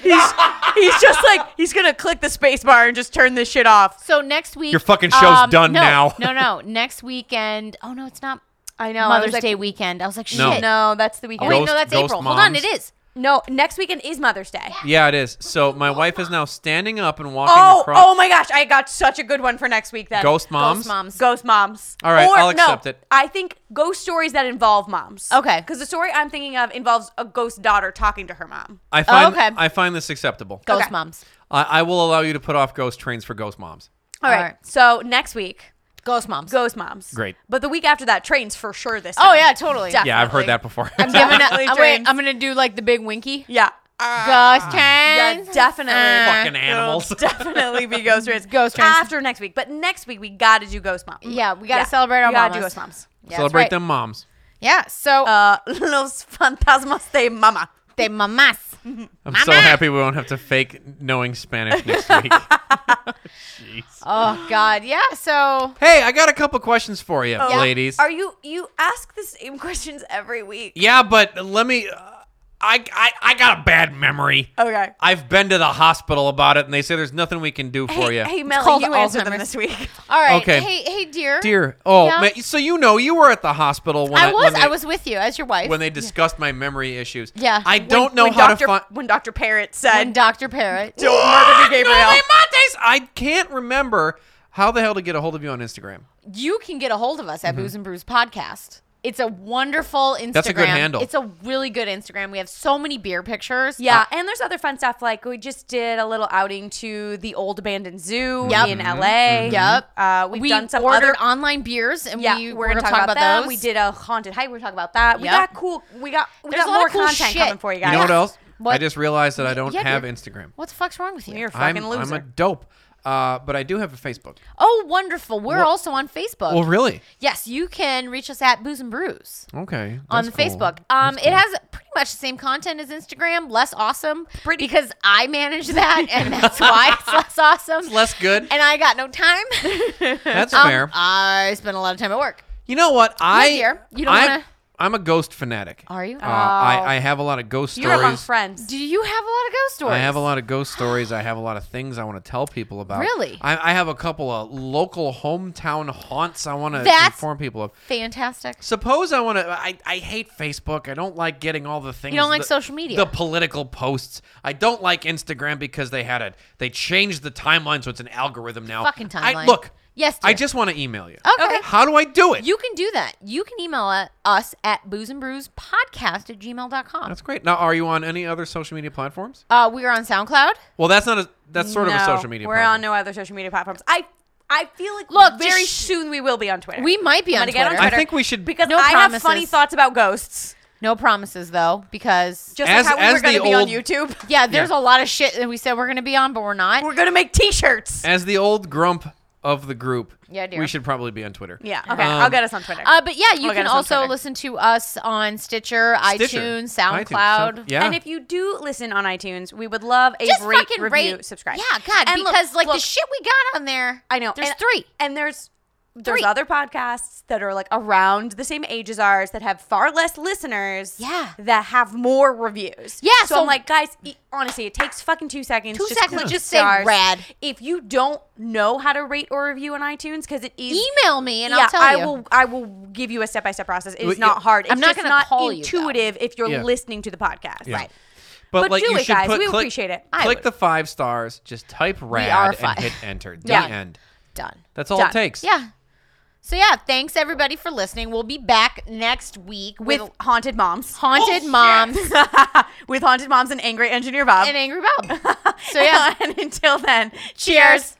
He's, [LAUGHS] he's just like he's gonna click the space bar and just turn this shit off.
So next week, um,
Your fucking show's done
no,
now.
no, no,
[LAUGHS]
next weekend. Oh no, it's not
I know.
Mother's Day weekend. I was like, shit.
No.
No, that's the
Oh,
weekend.
wait,
Ghost-
no, that's
Ghost
April. Hold on,
Moms.
it is.
no, next weekend is Mother's Day.
yeah, it is. So my wife is now standing up and walking
Oh,
across.
oh my gosh! I got such a good one for next week. Then
Ghost moms.
Ghost moms.
Ghost moms.
All right,
or,
I'll accept
no,
it.
I think ghost stories that involve moms.
Okay.
Because the story I'm thinking of involves a ghost daughter talking to her mom.
I find
okay.
I find this acceptable.
Ghost
Okay.
moms.
I, I will allow you to put off ghost trains for ghost moms.
All
All
right.
right.
So next week,
Ghost moms.
ghost moms.
Great.
But the week after that, trains for sure. This.
oh
time.
yeah, totally.
Definitely.
Yeah, I've heard that before. [LAUGHS]
I'm giving it.
Definitely
uh, wait,
dreams.
I'm gonna do like the big winky.
Yeah. Uh,
Ghost
yeah,
trains.
definitely.
Fucking
[LAUGHS]
animals.
It'll [LAUGHS]
[LAUGHS]
definitely be ghost trains. Ah,
Ghost trains.
after next week, but next week we gotta do ghost moms.
Yeah, we gotta celebrate our
we gotta do
mamas.
ghost moms.
Yeah, that's
Celebrate
right.
them moms.
Yeah. So
Uh, [LAUGHS] los fantasmas de mama.
de mamas.
I'm so
Mama.
happy we won't have to fake knowing
[LAUGHS]
Spanish next week.
Oh God. Yeah. So
hey, I got a couple questions for
Oh,
you, ladies.
Are you you ask the same [LAUGHS] questions every week?
Yeah, but let me. Uh, I, I I got a bad memory.
Okay.
I've been to the hospital about it, and they say there's nothing we can do for
hey,
you.
Hey, Mel,
called
you answered them
Alzheimer's.
this week.
all right.
Okay.
Hey, hey, dear.
Dear, oh,
Yeah.
man, so you know you were at the hospital when
I was.
when they,
I was with you as your wife.
when they discussed my memory issues.
Yeah.
I
When-
don't know
when
how
Dr.
to
[LAUGHS]
find.
when Dr. Parrot said
and Dr. Parrot.
"Don't murder me, Gabriel.
I can't remember how the hell to get a hold of you on Instagram.
you can get a hold of us at Booze and Brews Podcast. It's a wonderful Instagram.
Mm-hmm. That's a good handle.
It's a really good Instagram. We have so many beer pictures.
Yeah, and there's other fun stuff like we just did a little outing to the old abandoned zoo
Yep.
Mm-hmm.
in
Mhm.
LA.
Yep.
Uh, we've
we
done some
ordered
other
online beers, and
yeah,
we
we, are gonna talk, about,
that.
that. We did a haunted hike. We're gonna talk about that. We
Yep.
got cool. We got we
There's a
got
lot
more
of cool
content
shit.
coming for you
You
guys.
know what else?
What?
I just realized that I don't
Yeah,
have
dear.
Instagram.
What the fuck's wrong with you?
You're a
I'm,
fucking
I'm
loser.
a dope, uh, but I do have a Facebook.
oh, wonderful. We're also on Facebook.
Oh, really?
yes, you can reach us at Booze and Brews
Okay.
on
that's cool.
Facebook. Um, It has pretty much the same content as Instagram, less awesome. Pretty. Because
[LAUGHS]
I manage that, and that's why it's less awesome.
Less good.
And I got no time.
[LAUGHS] That's
Um,
fair.
I spend a lot of time at work.
You know what? I
dear. You don't
I,
wanna-
I'm a ghost fanatic.
Are you? Oh.
Uh, I, I have a lot of ghost
You're among
stories.
friends.
Do you have a lot of ghost stories?
I have a lot of ghost stories. I have a lot of things I want to tell people about.
Really?
I, I have a couple of local hometown haunts I want to
That's-
inform people of.
Fantastic.
Suppose I want to. I, I hate Facebook. I don't like getting all the things.
You don't like
the-
social media.
The political posts. I don't like Instagram because they had a. They changed the timeline, so it's an algorithm now.
Fucking
Oh, I,
timeline.
look.
Yes,
I
dear.
just want to email you.
Okay. Okay.
How do I do it?
You can do that. You can email uh, us at booze and brews podcast at gmail.com.
That's great. Now, are you on any other social media platforms?
Uh, we are on SoundCloud.
Well, that's not a. That's sort of a
No,
social media.
We're
platform.
on no other social media platforms. I I feel like
Look,
very
just sh-
soon we will be on Twitter.
We might be
I'm
on
gonna get
Twitter.
I think we should
because
No
I have
promises.
funny thoughts about ghosts.
No promises, though, because
Just
As-
like how we
as
were going
the
to be
old-
on YouTube. [LAUGHS]
yeah, there's
Yeah.
a lot of shit that we said we're going to be on, but we're not.
We're going to make T-shirts.
As the old grump of the group,
Yeah, dear.
we should probably be on Twitter.
Yeah. Okay.
Um,
I'll get us on Twitter.
Uh, but yeah, you
Look at
can
us on
also
Twitter.
listen to us on Stitcher,
Stitcher,
iTunes,
iTunes,
SoundCloud.
Sound- yeah.
And if you do listen on iTunes, we would love a
Just
rate,
fucking
review,
rate.
subscribe.
Yeah, God,
And look-
because like the
look,
shit we got on there.
I know
there's
and,
three.
and there's there's
Three.
other podcasts that are like around the same age as ours that have far less listeners.
Yeah.
that have more reviews.
Yeah,
so,
so-
I'm like, guys, e- honestly, it takes fucking two seconds.
Two
just
seconds,
click
just
the
say
stars.
rad.
If you don't know how to rate or review on iTunes, because it is
Email me and
yeah,
I'll tell
I
you.
will. I will give you a step by step process. It
Well,
is not
yeah.
hard. It's
I'm not
just
gonna
not
call you, though.
intuitive if you're
Yeah.
listening to the podcast.
Yeah.
Right.
But,
But
like,
do
you
it,
should
guys.
put
We
click,
appreciate it.
I
click
would.
the five stars. Just type
are
rad
five.
and hit
[LAUGHS]
enter. The
Yeah.
end.
Done.
That's all
Done.
it takes.
Yeah. So yeah, thanks everybody for listening. We'll be back next week with,
With haunted moms, Oh,
haunted moms
[LAUGHS] with haunted moms and angry engineer Bob. [LAUGHS]
and angry Bob. So yeah.
and until then, cheers.
Cheers.